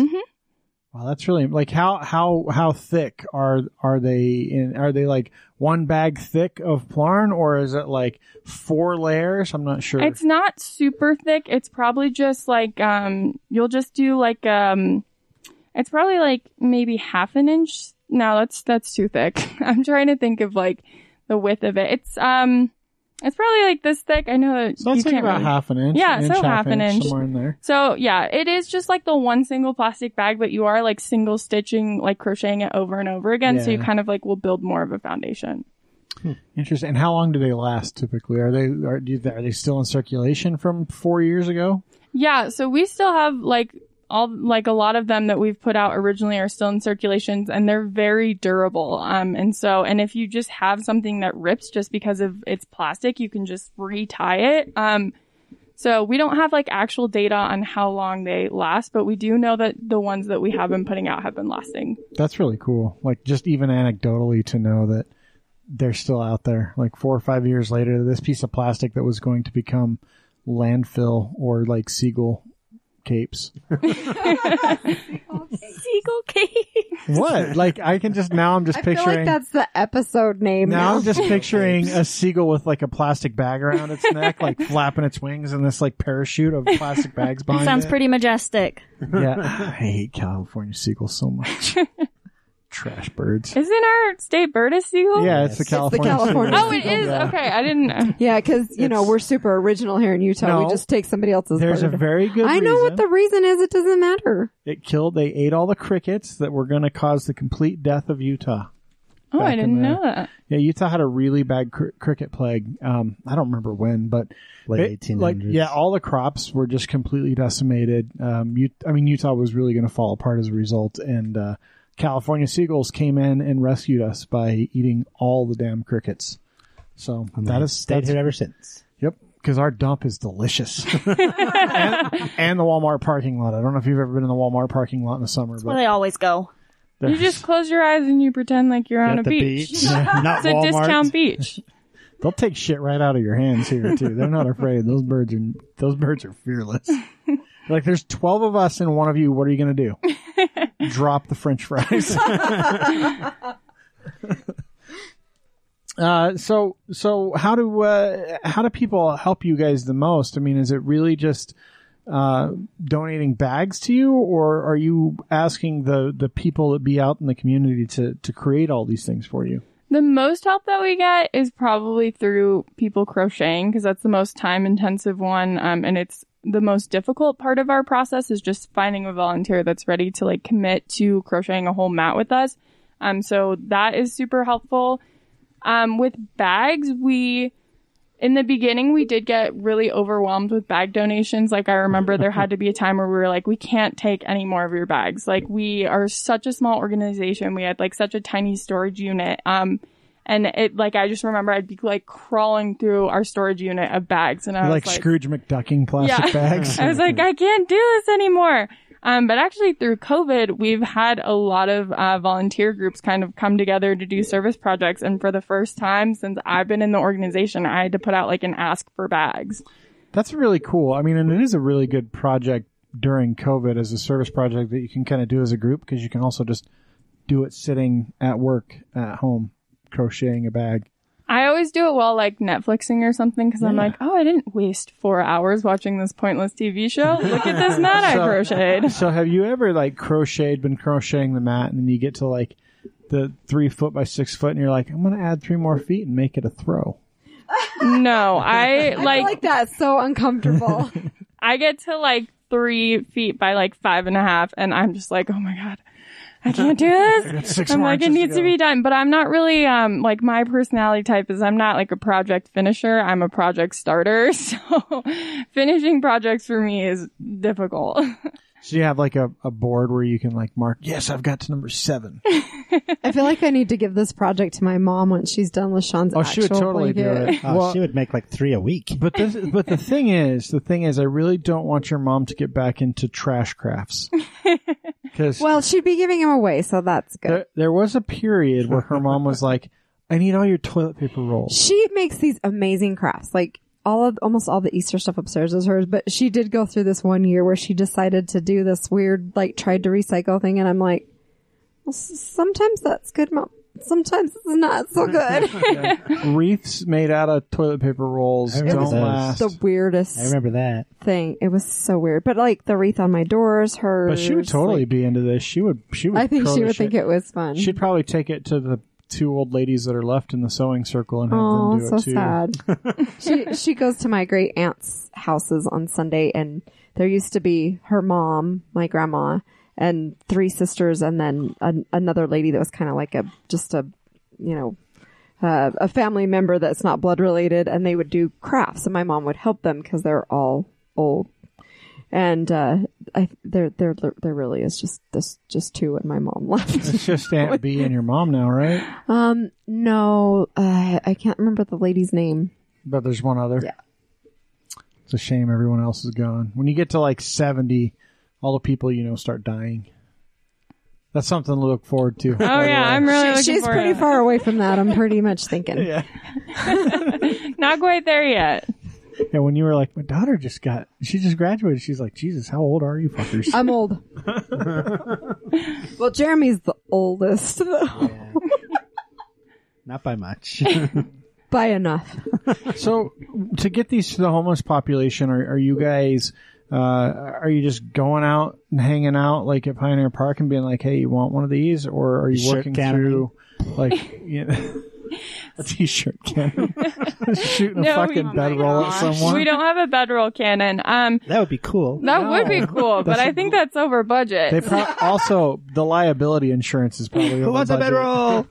Speaker 3: Wow, that's really like how how how thick are are they in? Are they like one bag thick of plarn, or is it like four layers? I'm not sure.
Speaker 6: it's not super thick. It's probably just like, um, you'll just do like, um, it's probably like maybe half an inch. No, that's, that's too thick. I'm trying to think of like the width of it. It's, um, it's probably like this thick. I know that
Speaker 3: so that's
Speaker 6: you
Speaker 3: like
Speaker 6: can't
Speaker 3: about
Speaker 6: really-
Speaker 3: half an inch.
Speaker 6: Yeah,
Speaker 3: an
Speaker 6: so
Speaker 3: inch,
Speaker 6: half an inch.
Speaker 3: somewhere in there.
Speaker 6: So yeah, it is just like the one single plastic bag, but you are like single stitching, like crocheting it over and over again. So you
Speaker 3: Yeah.
Speaker 6: kind of like will build more of a foundation.
Speaker 3: Interesting. And how long do they last typically? Are they are, do they, are they still in circulation from four years ago?
Speaker 6: Yeah. So we still have like all, like a lot of them that we've put out originally are still in circulations and they're very durable. Um, and so, and if you just have something that rips just because of its plastic, you can just retie it. Um, so we don't have like actual data on how long they last, but we do know that the ones that we have been putting out have been lasting.
Speaker 3: That's really cool. Like just even anecdotally to know that they're still out there. Like four or five years later, this piece of plastic that was going to become landfill or like seagull capes.
Speaker 5: Seagull cake.
Speaker 3: What? like I can just now I'm just
Speaker 2: I feel like
Speaker 3: picturing
Speaker 2: that's the episode name.
Speaker 3: now I'm just picturing a seagull with like a plastic bag around its neck, like flapping its wings and this like parachute of plastic bags behind
Speaker 5: Sounds
Speaker 3: it.
Speaker 5: pretty majestic.
Speaker 3: yeah, I hate California seagulls so much. Trash birds.
Speaker 6: Isn't our state bird a seagull?
Speaker 3: yeah, it's the
Speaker 4: It's the
Speaker 3: California.
Speaker 2: California
Speaker 3: seagull.
Speaker 6: Oh, it is.
Speaker 3: Yeah.
Speaker 6: Okay, I didn't know.
Speaker 2: Yeah, because you know
Speaker 3: It's-
Speaker 2: we're super original here in Utah.
Speaker 3: No.
Speaker 2: we just take somebody else's.
Speaker 3: There's a
Speaker 2: bird.
Speaker 3: very good.
Speaker 2: I know what
Speaker 3: reason.
Speaker 2: the reason is. It doesn't matter.
Speaker 3: It killed. They ate all the crickets that were going to cause the complete death of Utah.
Speaker 6: Oh,
Speaker 3: Back
Speaker 6: I
Speaker 3: in
Speaker 6: didn't
Speaker 3: the-
Speaker 6: know that.
Speaker 3: Yeah, Utah had a really bad cr- cricket plague. Um, I don't remember when, but
Speaker 4: Late
Speaker 3: it-
Speaker 4: 1800s.
Speaker 3: like yeah, all the crops were just completely decimated. Um, U- I mean, Utah was really going to fall apart as a result, and uh, California seagulls came in and rescued us by eating all the damn crickets. So
Speaker 4: And
Speaker 3: that
Speaker 4: they've
Speaker 3: is
Speaker 4: stayed
Speaker 3: that's
Speaker 4: here ever since.
Speaker 3: Yep, because our dump is delicious, and, and the Walmart parking lot. I don't know if you've ever been in the Walmart parking lot in the summer, but
Speaker 5: Where they always go.
Speaker 6: You just close your eyes and you pretend like you're on
Speaker 4: At
Speaker 6: a
Speaker 4: the
Speaker 6: beach.
Speaker 4: beach. Not
Speaker 6: It's a
Speaker 4: Walmart.
Speaker 6: discount beach.
Speaker 3: They'll take shit right out of your hands here too. They're not afraid. Those birds are those birds are fearless. They're like there's twelve of us and one of you. What are you gonna do? Drop the French fries. uh, so so how do uh, how do people help you guys the most? I mean, is it really just uh, donating bags to you, or are you asking the the people that be out in the community to to create all these things for you?
Speaker 6: The most help that we get is probably through people crocheting because that's the most time intensive one. Um, and it's the most difficult part of our process is just finding a volunteer that's ready to like commit to crocheting a whole mat with us. Um, so that is super helpful. Um, with bags, we, in the beginning, we did get really overwhelmed with bag donations. Like, I remember there had to be a time where we were like, we can't take any more of your bags. Like, we are such a small organization. We had like such a tiny storage unit. Um, and it, like, I just remember I'd be like crawling through our storage unit of bags. And I was
Speaker 3: like, Scrooge McDucking plastic
Speaker 6: Yeah.
Speaker 3: bags.
Speaker 6: I was like, I can't do this anymore. Um, but actually, through COVID, we've had a lot of uh, volunteer groups kind of come together to do service projects. And for the first time since I've been in the organization, I had to put out like an ask for bags.
Speaker 3: That's really cool. I mean, and it is a really good project during COVID as a service project that you can kind of do as a group because you can also just do it sitting at work at home crocheting a bag.
Speaker 6: I always do it while like Netflixing or something because I'm
Speaker 3: Yeah.
Speaker 6: like, oh, I didn't waste four hours watching this pointless TV show. Look at this mat I
Speaker 3: So-
Speaker 6: crocheted.
Speaker 3: So have you ever like crocheted, been crocheting the mat, and then you get to like the three foot by six foot, and you're like, I'm going to add three more feet and make it a throw.
Speaker 6: No, I
Speaker 2: I feel
Speaker 6: like
Speaker 2: like that's so uncomfortable.
Speaker 6: I get to like three feet by like five and a half, and I'm just like, oh my god, I can't do this.
Speaker 3: six
Speaker 6: I'm
Speaker 3: more
Speaker 6: like, it
Speaker 3: inches to
Speaker 6: needs to
Speaker 3: go.
Speaker 6: be done. But I'm not really um like my personality type is I'm not like a project finisher. I'm a project starter, so finishing projects for me is difficult.
Speaker 3: So you have like a, a board where you can like mark, yes, I've got to number seven.
Speaker 2: I feel like I need to give this project to my mom once she's done LaShawn's
Speaker 3: Oh,
Speaker 2: actual
Speaker 3: she would totally do
Speaker 2: blanket.
Speaker 3: it.
Speaker 4: Oh,
Speaker 3: Well,
Speaker 4: she would make like three a week.
Speaker 3: But this, but the thing is, the thing is, I really don't want your mom to get back into trash crafts because
Speaker 2: Well, she'd be giving him away, so that's good.
Speaker 3: there, there was a period where her mom was like, "I need all your toilet paper rolls."
Speaker 2: she makes these amazing crafts. Like all of almost all the Easter stuff upstairs is hers, but she did go through this one year where she decided to do this weird, like tried to recycle thing, and I'm like, well, s- sometimes that's good, mom. Sometimes it's not so good.
Speaker 3: Wreaths made out of toilet paper rolls
Speaker 4: I remember
Speaker 3: don't
Speaker 4: those.
Speaker 3: last.
Speaker 2: the weirdest
Speaker 4: I remember that.
Speaker 2: thing. It was so weird. But like the wreath on my doors, her.
Speaker 3: but she would totally be into this. She would. She would.
Speaker 2: I think
Speaker 3: throw
Speaker 2: she
Speaker 3: the
Speaker 2: would
Speaker 3: shit.
Speaker 2: think it was fun.
Speaker 3: She'd probably take it to the two old ladies that are left in the sewing circle and have
Speaker 2: Oh,
Speaker 3: them do
Speaker 2: so
Speaker 3: it too.
Speaker 2: sad. she she goes to my great aunt's houses on Sunday, and there used to be her mom, my grandma, and three sisters, and then an, another lady that was kind of like a just a you know uh, a family member that's not blood related, and they would do crafts, and my mom would help them because they're all old. And uh, I, there, there, there really is just this, just two, and my mom left.
Speaker 3: It's just Aunt B and your mom now, right?
Speaker 2: um, no, uh, I can't remember the lady's name.
Speaker 3: But there's one other.
Speaker 2: Yeah.
Speaker 3: It's a shame everyone else is gone. When you get to like 70, all the people you know start dying. That's something to look forward to.
Speaker 6: oh yeah, I'm really looking
Speaker 2: She's
Speaker 6: forward
Speaker 2: pretty
Speaker 6: to
Speaker 2: far away from that. I'm pretty much thinking.
Speaker 6: it. Not quite there yet.
Speaker 3: And when you were like, my daughter just got, she just graduated. She's like, Jesus, how old are you fuckers?
Speaker 2: I'm old. well, Jeremy's the oldest though.
Speaker 4: Not by much.
Speaker 2: by enough.
Speaker 3: so to get these to the homeless population, are, are you guys, uh, are you just going out and hanging out like at Pioneer Park and being like, hey, you want one of these? Or are you
Speaker 4: Shirt
Speaker 3: working
Speaker 4: cannon.
Speaker 3: through like, you know, a t-shirt cannon? Shooting a
Speaker 6: No, we-
Speaker 3: fucking
Speaker 6: oh my
Speaker 3: bedroll at
Speaker 6: gosh.
Speaker 3: someone?
Speaker 6: We don't have a bedroll cannon. Um,
Speaker 4: that would be cool.
Speaker 6: that would be cool, but I think that's over budget.
Speaker 3: They pro- also the liability insurance is probably
Speaker 4: Who
Speaker 3: over
Speaker 4: wants a Ah!
Speaker 3: budget. Oh,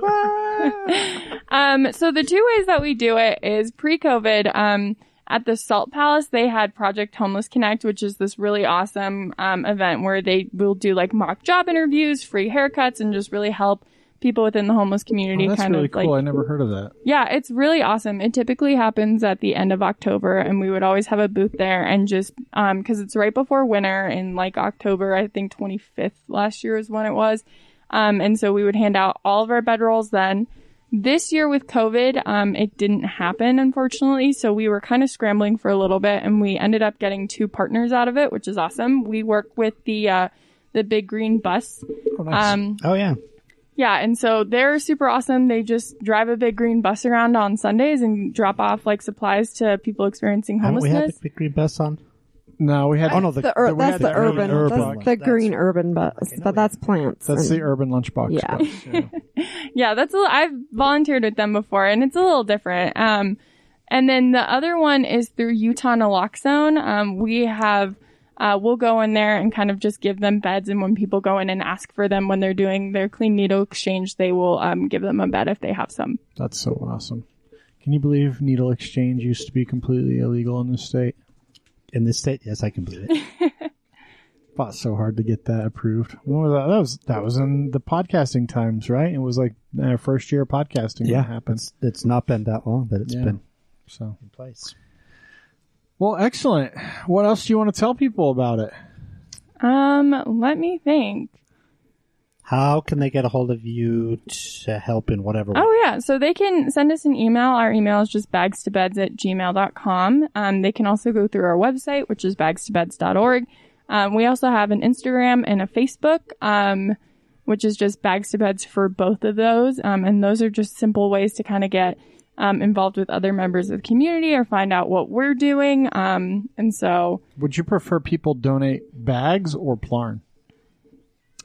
Speaker 4: bedroll?
Speaker 6: Um, so the two ways that we do it is pre-COVID. Um, at the Salt Palace, they had Project Homeless Connect, which is this really awesome um, event where they will do like mock job interviews, free haircuts, and just really help people within the homeless community.
Speaker 3: Oh, that's
Speaker 6: kind
Speaker 3: really
Speaker 6: of
Speaker 3: cool.
Speaker 6: like,
Speaker 3: I never heard of that.
Speaker 6: yeah, it's really awesome. It typically happens at the end of October, and we would always have a booth there and just um because it's right before winter in like October, I think 25th last year is when it was. Um, and so we would hand out all of our bedrolls then This year with COVID, um, it didn't happen, unfortunately. So we were kind of scrambling for a little bit and we ended up getting two partners out of it, which is awesome. We work with the, uh, the big green bus. Um,
Speaker 4: Oh yeah.
Speaker 6: yeah, and so they're super awesome. They just drive a big green bus around on Sundays and drop off like supplies to people experiencing
Speaker 4: Haven't we had
Speaker 6: homelessness.
Speaker 4: the big green bus on?
Speaker 3: No, we had.
Speaker 4: Oh no, the,
Speaker 2: The ur-
Speaker 4: the- we
Speaker 2: that's
Speaker 4: had
Speaker 2: the,
Speaker 4: green
Speaker 2: urban,
Speaker 4: one.
Speaker 2: that's the green urban bus, but that's plants.
Speaker 3: That's
Speaker 2: and-
Speaker 3: the urban lunchbox.
Speaker 2: Yeah.
Speaker 3: bus, yeah.
Speaker 6: yeah, that's a, I've volunteered with them before, and it's a little different. Um, and then the other one is through Utah Naloxone. Um, we have uh, we'll go in there and kind of just give them beds, and when people go in and ask for them when they're doing their clean needle exchange, they will um, give them a bed if they have some.
Speaker 3: That's so awesome. Can you believe needle exchange used to be completely illegal in this state?
Speaker 4: in this state. Yes, I can believe it.
Speaker 3: Fought so hard to get that approved. When was that? That was that was in the podcasting times, right? It was like our first year of podcasting.
Speaker 4: Yeah.
Speaker 3: that happened.
Speaker 4: It's, it's not been that long that it's
Speaker 3: Yeah.
Speaker 4: been
Speaker 3: So
Speaker 4: in place.
Speaker 3: well, excellent. What else do you want to tell people about it?
Speaker 6: Um, let me think.
Speaker 4: How can they get a hold of you to help in whatever way?
Speaker 6: Oh, yeah. So they can send us an email. Our email is just bagstobeds at gmail.com. Um, they can also go through our website, which is bagstobeds.org. Um, we also have an Instagram and a Facebook, um, which is just bags to beds for both of those. Um, and those are just simple ways to kind of get um, involved with other members of the community or find out what we're doing. Um, and so,
Speaker 3: Would you prefer people donate bags or plarn?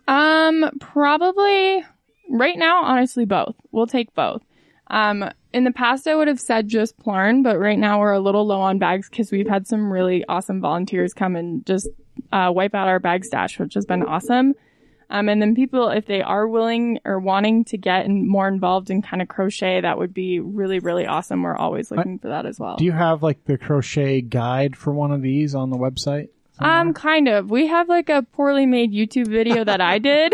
Speaker 6: Um, probably right now, honestly, both. We'll take both. Um, in the past, I would have said just Plarn, but right now we're a little low on bags because we've had some really awesome volunteers come and just uh, wipe out our bag stash, which has been awesome. Um, and then people, if they are willing or wanting to get in, more involved in kind of crochet, that would be really, really awesome. We're always looking for that as well.
Speaker 3: Do you have like the crochet guide for one of these on the website? Uh-huh.
Speaker 6: Um, kind of. We have like a poorly made YouTube video that I did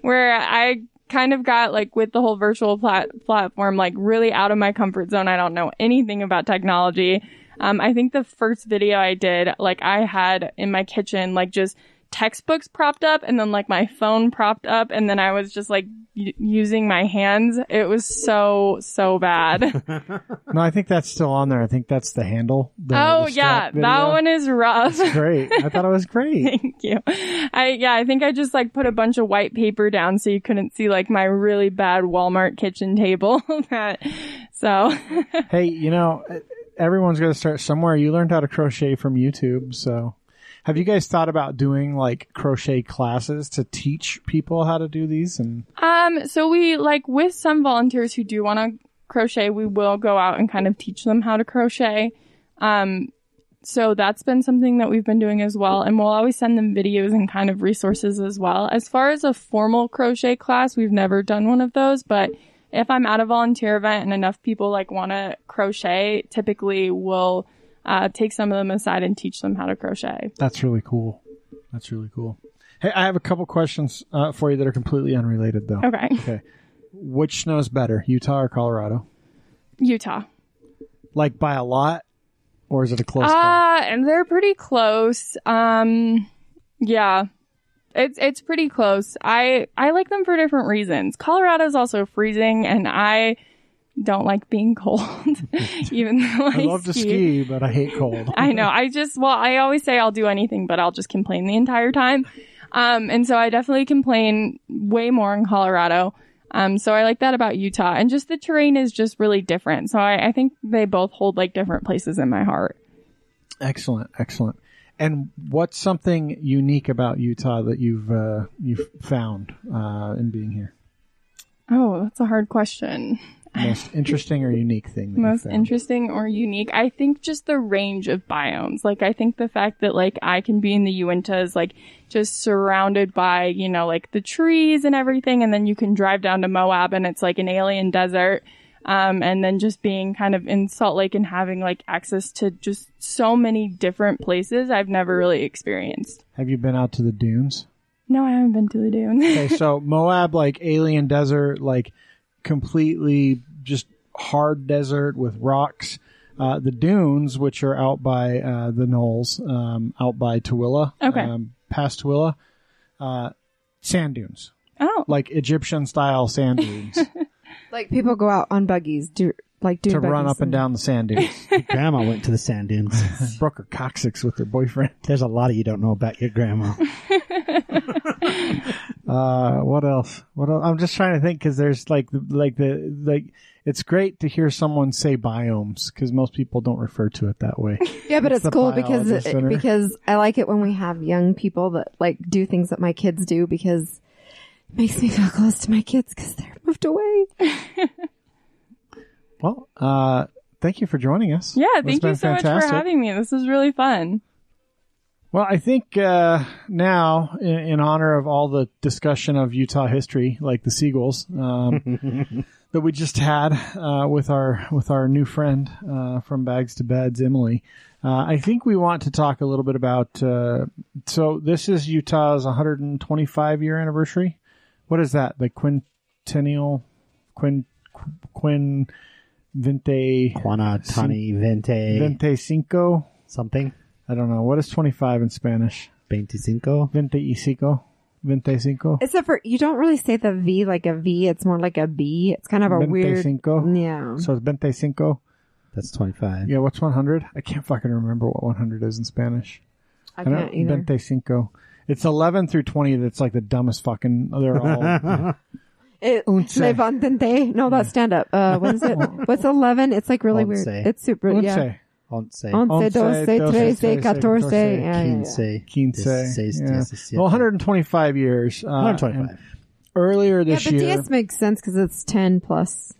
Speaker 6: where I kind of got like with the whole virtual plat- platform, like really out of my comfort zone. I don't know anything about technology. Um, I think the first video I did, like I had in my kitchen, like just textbooks propped up and then like my phone propped up and then I was just like y- using my hands. It was so, so bad.
Speaker 3: No, I think that's still on there. I think that's the handle. the-
Speaker 6: oh
Speaker 3: the
Speaker 6: yeah.
Speaker 3: strap
Speaker 6: That
Speaker 3: video.
Speaker 6: one is rough.
Speaker 3: Great. I thought it was great.
Speaker 6: Thank you. I yeah, I think I just like put a bunch of white paper down so you couldn't see like my really bad Walmart kitchen table. that so
Speaker 3: Hey, you know, everyone's going to start somewhere. You learned how to crochet from YouTube, so have you guys thought about doing like crochet classes to teach people how to do these? And
Speaker 6: um so we like with some volunteers who do want to crochet, we will go out and kind of teach them how to crochet. Um so that's been something that we've been doing as well and we'll always send them videos and kind of resources as well. As far as a formal crochet class, we've never done one of those, but if I'm at a volunteer event and enough people like want to crochet, typically we'll uh, take some of them aside and teach them how to crochet.
Speaker 3: that's really cool. That's really cool. Hey, I have a couple questions uh, for you that are completely unrelated though.
Speaker 6: Okay.
Speaker 3: Which snows better, Utah or Colorado?
Speaker 6: Utah.
Speaker 3: Like by a lot or is it a close call?
Speaker 6: Uh, and they're pretty close. Um, yeah. It's it's pretty close. I I like them for different reasons. Colorado's also freezing and I don't like being cold even though I,
Speaker 3: I love to ski, but I hate cold.
Speaker 6: I know. I just well, I always say I'll do anything, but I'll just complain the entire time. Um, and so I definitely complain way more in Colorado. Um, so I like that about Utah, and just the terrain is just really different. So I, I think they both hold like different places in my heart.
Speaker 3: Excellent, excellent. And what's something unique about Utah that you've uh, you've found uh, in being here?
Speaker 6: Oh, that's a hard question.
Speaker 3: Most interesting or unique thing? That you
Speaker 6: Most
Speaker 3: found?
Speaker 6: interesting or unique? I think just the range of biomes. Like, I think the fact that, like, I can be in the Uintas, like, just surrounded by, you know, like the trees and everything. And then you can drive down to Moab and it's like an alien desert. Um, and then just being kind of in Salt Lake and having like access to just so many different places I've never really experienced.
Speaker 3: Have you been out to the dunes?
Speaker 6: No, I haven't been to the dunes.
Speaker 3: Okay, so Moab, like alien desert, like completely just hard desert with rocks. Uh, the dunes, which are out by uh, the knolls, um, out by Tooele,
Speaker 6: Okay.
Speaker 3: um, past Tooele, uh, sand dunes.
Speaker 6: oh,
Speaker 3: like Egyptian style sand dunes.
Speaker 2: Like people go out on buggies, do like do
Speaker 3: to run up and down the sand dunes.
Speaker 4: grandma went to the sand dunes.
Speaker 3: Brooker coccyx with her boyfriend.
Speaker 4: There's a lot you don't know about your grandma.
Speaker 3: Uh, what else? What else? I'm just trying to think because there's like like the like it's great to hear someone say biomes because most people don't refer to it that way.
Speaker 2: Yeah, but it's,
Speaker 3: the
Speaker 2: cool because
Speaker 3: biology
Speaker 2: it,
Speaker 3: center.
Speaker 2: because I like it when we have young people that like do things that my kids do because it makes me feel close to my kids because they're moved away.
Speaker 3: well, uh, thank you for joining us.
Speaker 6: Yeah,
Speaker 3: It's
Speaker 6: thank you
Speaker 3: been
Speaker 6: so much
Speaker 3: fantastic.
Speaker 6: for having me. This was really fun.
Speaker 3: Well, I think uh, now, in, in honor of all the discussion of Utah history, like the seagulls um, that we just had uh, with our with our new friend uh, from Bags to Beds, Emily, uh, I think we want to talk a little bit about. Uh, so this is Utah's 125 year anniversary. What is that? The quintennial, quin, quin, vinte,
Speaker 4: Juana, Tani, Vente,
Speaker 3: vinte cinco.
Speaker 4: something.
Speaker 3: I don't know. What is 25 in Spanish?
Speaker 4: 25.
Speaker 3: Vinte y cinco. Vinte y cinco.
Speaker 2: Except for you don't really say the V like a V. It's more like a B. It's kind of a weird.
Speaker 3: Veinticinco.
Speaker 2: Yeah.
Speaker 3: So it's vinte y cinco.
Speaker 4: That's 25.
Speaker 3: Yeah, what's 100? I can't fucking remember what 100 is in Spanish.
Speaker 2: I can't either.
Speaker 3: Vente cinco. It's 11 through 20 that's like the dumbest fucking, they're all,
Speaker 2: It,
Speaker 3: Unce.
Speaker 2: levantante. No, that's stand up. Uh, what is it? What's 11? It's like really weird.
Speaker 4: Once.
Speaker 2: It's super,
Speaker 3: Unce,
Speaker 2: yeah.
Speaker 4: Once,
Speaker 2: Once,
Speaker 3: Once,
Speaker 2: doce,
Speaker 3: doce,
Speaker 2: trece,
Speaker 3: trece,
Speaker 2: catorce.
Speaker 3: catorce,
Speaker 2: Yeah, yeah, yeah.
Speaker 4: quince,
Speaker 3: quince.
Speaker 4: dieciséis,
Speaker 3: yeah.
Speaker 4: diecisiete.
Speaker 3: Well, 125 years. Uh,
Speaker 4: 125.
Speaker 3: and Earlier
Speaker 2: Yeah,
Speaker 3: this
Speaker 2: but
Speaker 3: year,
Speaker 2: DS makes sense because it's 10 plus.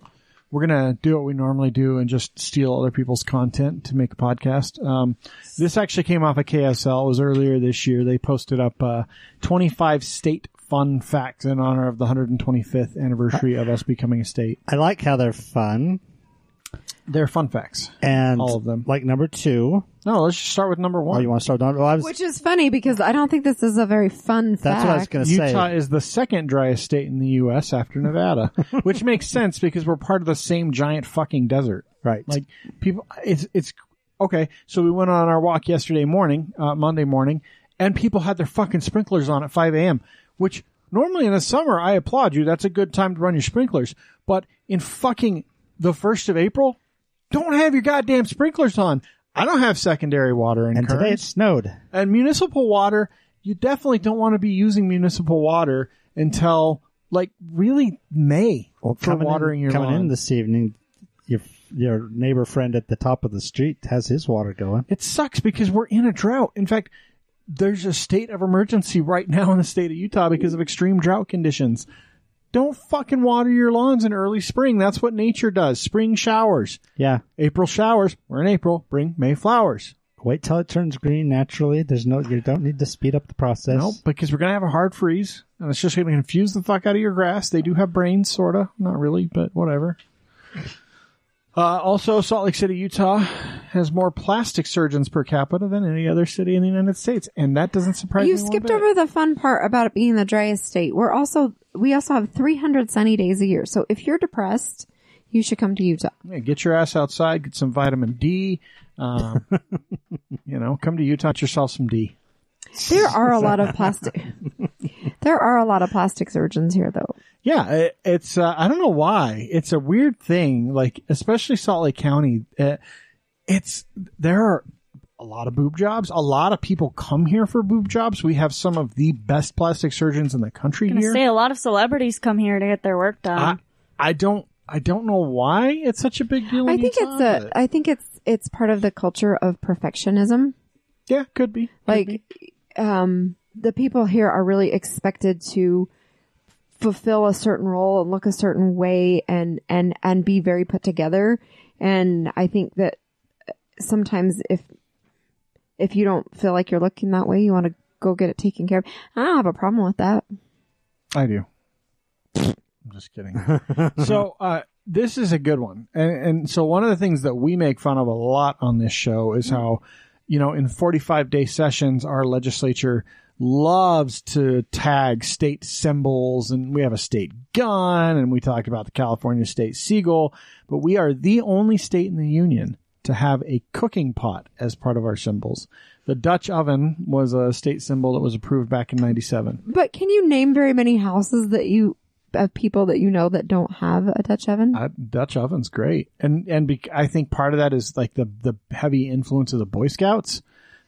Speaker 3: we're going to do what we normally do and just steal other people's content to make a podcast. Um, this actually came off of KSL. It was earlier this year. They posted up uh, 25 state fun facts in honor of the 125th anniversary of us becoming a state.
Speaker 4: I like how they're fun.
Speaker 3: They're fun facts.
Speaker 4: And
Speaker 3: All of them.
Speaker 4: Like number two.
Speaker 3: No, let's just start with number
Speaker 4: Oh,
Speaker 3: one.
Speaker 4: you want to start with number well, I was,
Speaker 2: Which is funny because I don't think this is a very fun fact.
Speaker 4: That's what I was going to say.
Speaker 3: Utah is the second driest state in the U.S. after Nevada, which makes sense because we're part of the same giant fucking desert.
Speaker 4: right.
Speaker 3: Like people, it's it's okay. So we went on our walk yesterday morning, uh, Monday morning, and people had their fucking sprinklers on at 5 a.m. Which normally in the summer, I applaud you. That's a good time to run your sprinklers. But in fucking the first of April, don't have your goddamn sprinklers on. I don't have secondary water in
Speaker 4: and today it
Speaker 3: currents.
Speaker 4: snowed.
Speaker 3: and municipal water. You definitely don't want to be using municipal water until like really May for
Speaker 4: Coming in-
Speaker 3: watering your
Speaker 4: Coming
Speaker 3: lawn.
Speaker 4: in this evening, your, your neighbor friend at the top of the street has his water going.
Speaker 3: It sucks because we're in a drought. In fact, there's a state of emergency right now in the state of Utah because of extreme drought conditions. Don't fucking water your lawns in early spring. That's what nature does. Spring showers,
Speaker 4: Yeah.
Speaker 3: April showers. We're in April. Bring May flowers.
Speaker 4: Wait till it turns green naturally. There's no, you don't need to speed up the process.
Speaker 3: Nope, because we're gonna have a hard freeze, and it's just gonna confuse the fuck out of your grass. They do have brains, sorta, not really, but whatever. Uh, also, Salt Lake City, Utah, has more plastic surgeons per capita than any other city in the United States, and that doesn't surprise
Speaker 2: You
Speaker 3: me. one
Speaker 2: skipped
Speaker 3: bit.
Speaker 2: over the fun part about it being the driest state. We're also, we also have 300 sunny days a year. So if you're depressed, you should come to Utah.
Speaker 3: Yeah, get your ass outside, get some vitamin D. Um, you know, come to Utah, get yourself some D.
Speaker 2: There are a lot of plastic. there are a lot of plastic surgeons here, though.
Speaker 3: Yeah, it, it's uh, I don't know why it's a weird thing. Like especially Salt Lake County, uh, it's there are a lot of boob jobs. A lot of people come here for boob jobs. We have some of the best plastic surgeons in the country
Speaker 5: I'm gonna
Speaker 3: here. Ah,
Speaker 5: say a lot of celebrities come here to get their work
Speaker 3: I,
Speaker 5: done.
Speaker 3: I don't I don't know why it's such a big deal.
Speaker 2: I
Speaker 3: in
Speaker 2: think
Speaker 3: Utah,
Speaker 2: it's a.
Speaker 3: but-
Speaker 2: I think it's it's part of the culture of perfectionism.
Speaker 3: yeah, could be could
Speaker 2: Like,
Speaker 3: be.
Speaker 2: um, the people here are really expected to fulfill a certain role and look a certain way and and and be very put together. And I think that sometimes if if you don't feel like you're looking that way, you want to go get it taken care of. I don't have a problem with that.
Speaker 3: I do. I'm just kidding. so uh, this is a good one, and, and so one of the things that we make fun of a lot on this show is how, you know, in 45 day sessions, our legislature loves to tag state symbols, and we have a state gun, and we talked about the California state seagull, but we are the only state in the union to have a cooking pot as part of our symbols. The Dutch oven was a state symbol that was approved back in 97.
Speaker 2: But can you name very many houses that you of people that you know that don't have a Dutch oven?
Speaker 3: Uh, Dutch oven's great, and and bec I think part of that is like the the heavy influence of the Boy Scouts,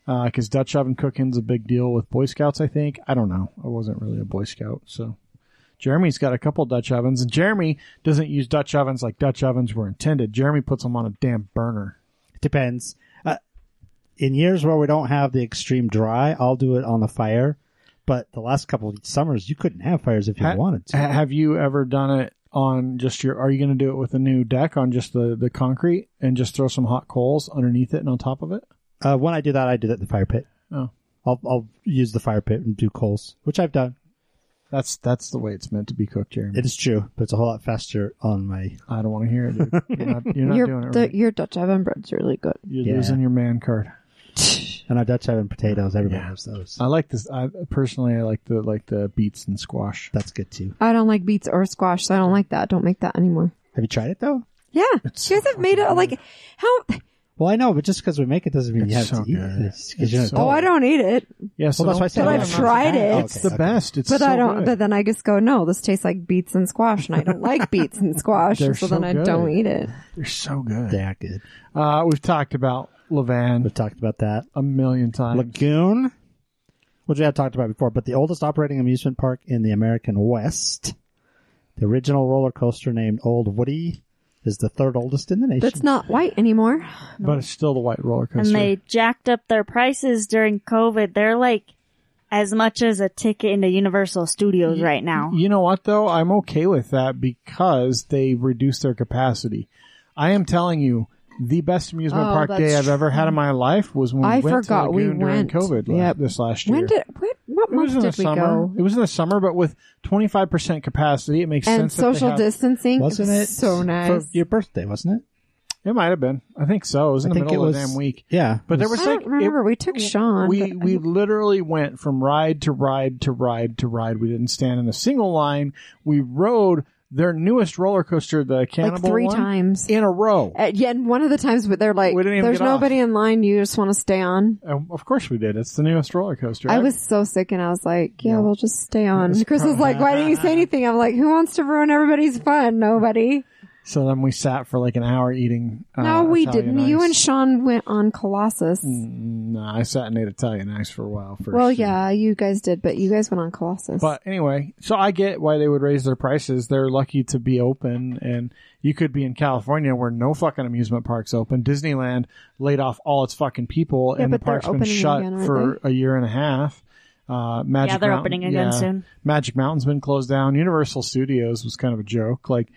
Speaker 3: because Dutch oven cooking's a big deal with Boy Scouts. I think I don't know. I wasn't really a Boy Scout, so Jeremy's got a couple Dutch ovens, and Jeremy doesn't use Dutch ovens like Dutch ovens were intended. Jeremy puts them on a damn burner.
Speaker 4: Depends. Uh, in years where we don't have the extreme dry, I'll do it on the fire. But the last couple of summers, you couldn't have fires if you
Speaker 3: Ha-
Speaker 4: wanted
Speaker 3: ha-
Speaker 4: to.
Speaker 3: Have you ever done it on just your? Are you going to do it with a new deck on just the the concrete and just throw some hot coals underneath it and on top of it?
Speaker 4: Uh, when I do that, I do that in the fire pit.
Speaker 3: Oh.
Speaker 4: I'll, I'll use the fire pit and do coals, which I've done.
Speaker 3: That's that's the way it's meant to be cooked, Jeremy.
Speaker 4: It is true, but it's a whole lot faster on my.
Speaker 3: I don't want to hear it. Dude. You're not, you're not
Speaker 2: your,
Speaker 3: doing it
Speaker 2: the-
Speaker 3: right.
Speaker 2: your Dutch oven bread's really good.
Speaker 3: You're
Speaker 4: Yeah.
Speaker 3: losing your man card.
Speaker 4: And our Dutch oven potatoes, everybody
Speaker 3: Yeah.
Speaker 4: knows those.
Speaker 3: I like this. I personally, I like the like the beets and squash.
Speaker 4: That's good too.
Speaker 2: I don't like beets or squash, so I don't like that. Don't make that anymore.
Speaker 4: Have you tried it though?
Speaker 2: Yeah,
Speaker 3: It's
Speaker 2: you guys have made it like how?
Speaker 4: Well, I know, but just because we make it doesn't mean you have
Speaker 3: It's so
Speaker 4: to eat
Speaker 3: good.
Speaker 4: it. It's 'cause
Speaker 3: It's
Speaker 4: you're an
Speaker 3: so-
Speaker 2: Oh,
Speaker 4: adult.
Speaker 2: I don't eat it,
Speaker 3: Yeah, so
Speaker 4: Well, that's
Speaker 3: don't-
Speaker 4: why I said
Speaker 2: But I've
Speaker 4: yeah,
Speaker 2: tried
Speaker 4: okay,
Speaker 2: it.
Speaker 3: It's the
Speaker 4: okay.
Speaker 3: best. It's
Speaker 2: but
Speaker 3: so
Speaker 2: I don't.
Speaker 3: good.
Speaker 2: But then I just go, no, this tastes like beets and squash, and I don't like beets and squash,
Speaker 3: They're
Speaker 2: and so, then
Speaker 3: so
Speaker 2: I
Speaker 3: good.
Speaker 2: don't eat it.
Speaker 3: They're so good.
Speaker 4: They are good.
Speaker 3: Uh, we've talked about Levan
Speaker 4: We've talked about that.
Speaker 3: a million times.
Speaker 4: Lagoon, which we have talked about before, but the oldest operating amusement park in the American West. The original roller coaster named Old Woody is the third oldest in the nation.
Speaker 2: That's not white anymore.
Speaker 3: but it's still the white roller
Speaker 5: and
Speaker 3: coaster.
Speaker 5: they jacked up their prices during COVID. They're like as much as a ticket into Universal Studios right now.
Speaker 3: You know what though? I'm okay with that because they reduced their capacity. I am telling you, the best amusement
Speaker 2: Oh,
Speaker 3: park
Speaker 2: that's
Speaker 3: day I've ever had in my life was when
Speaker 2: I
Speaker 3: we went to
Speaker 2: forgot we
Speaker 3: Lagoon during
Speaker 2: went.
Speaker 3: COVID la-
Speaker 2: Yep.
Speaker 3: this last year.
Speaker 2: When did what, what
Speaker 3: it was in
Speaker 2: month
Speaker 3: the
Speaker 2: did we
Speaker 3: summer.
Speaker 2: go?
Speaker 3: It was in the summer, but with 25% capacity, it makes
Speaker 2: And
Speaker 3: sense. that they
Speaker 2: social
Speaker 3: have-
Speaker 2: distancing,
Speaker 4: wasn't it?
Speaker 2: So nice.
Speaker 4: For your birthday, wasn't it?
Speaker 3: It might have been. I think so. It was in
Speaker 4: I
Speaker 3: the
Speaker 4: think
Speaker 3: middle
Speaker 4: it
Speaker 3: of the
Speaker 4: was-
Speaker 3: damn week.
Speaker 4: Yeah.
Speaker 3: But there
Speaker 4: It was-
Speaker 3: was
Speaker 2: I
Speaker 3: like
Speaker 2: don't remember.
Speaker 3: it-
Speaker 2: we took Sean.
Speaker 3: we
Speaker 2: but-
Speaker 3: we literally went from ride to ride to ride to ride. We didn't stand in a single line. We rode their newest roller coaster, the Cannibal,
Speaker 2: like three
Speaker 3: one,
Speaker 2: times.
Speaker 3: in a row.
Speaker 2: Uh, yeah, and one of the times but they're like,
Speaker 3: We didn't even
Speaker 2: "There's
Speaker 3: get off.
Speaker 2: nobody in line. You just want to stay on."
Speaker 3: Um, of course we did. It's the newest roller coaster.
Speaker 2: I was so sick, and I was like, "Yeah, we'll just stay on."
Speaker 3: It's
Speaker 2: Chris was like, "Why didn't you say anything?" I'm like, "Who wants to ruin everybody's fun? Nobody."
Speaker 3: so then we sat for like an hour eating. Uh,
Speaker 2: no, we
Speaker 3: Italian
Speaker 2: didn't. You
Speaker 3: ice.
Speaker 2: and Sean went on Colossus.
Speaker 3: Mm, No, I sat and ate Italian ice for a while. First.
Speaker 2: well, yeah, you guys did, but you guys went on Colossus.
Speaker 3: But anyway, so I get why they would raise their prices. They're lucky to be open, and you could be in California where no fucking amusement parks open. Disneyland laid off all its fucking people,
Speaker 2: Yeah,
Speaker 3: and the
Speaker 2: but they're
Speaker 3: park's been
Speaker 2: opening
Speaker 3: shut
Speaker 2: again, aren't
Speaker 3: for a year and a half. Uh, Magic
Speaker 5: Yeah, they're
Speaker 3: Mountain-
Speaker 5: opening again
Speaker 3: yeah.
Speaker 5: soon.
Speaker 3: Magic Mountain's been closed down. Universal Studios was kind of a joke. Like,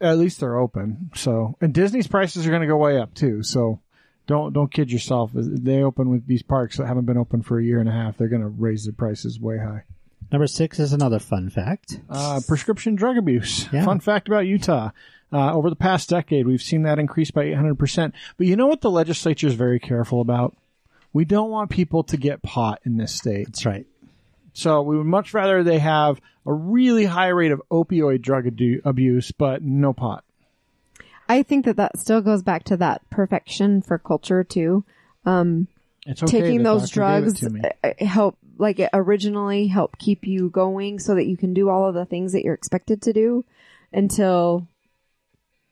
Speaker 3: at least they're open. So, and Disney's prices are going to go way up too. So, don't don't kid yourself. They open with these parks that haven't been open for a year and a half. They're going to raise their prices way high.
Speaker 4: Number six is another fun fact.
Speaker 3: Uh, prescription drug abuse.
Speaker 4: Yeah.
Speaker 3: Fun fact about Utah. Uh, over the past decade, we've seen that increase by 800%. But you know what the legislature is very careful about? We don't want people to get pot in this state.
Speaker 4: That's right.
Speaker 3: So we would much rather they have a really high rate of opioid drug adu- abuse, but no pot.
Speaker 2: I think that that still goes back to that perfection for culture too.
Speaker 3: It's okay
Speaker 2: taking
Speaker 3: that
Speaker 2: those
Speaker 3: doctor gave it
Speaker 2: drugs
Speaker 3: to me.
Speaker 2: uh, help like it originally help keep you going so that you can do all of the things that you're expected to do until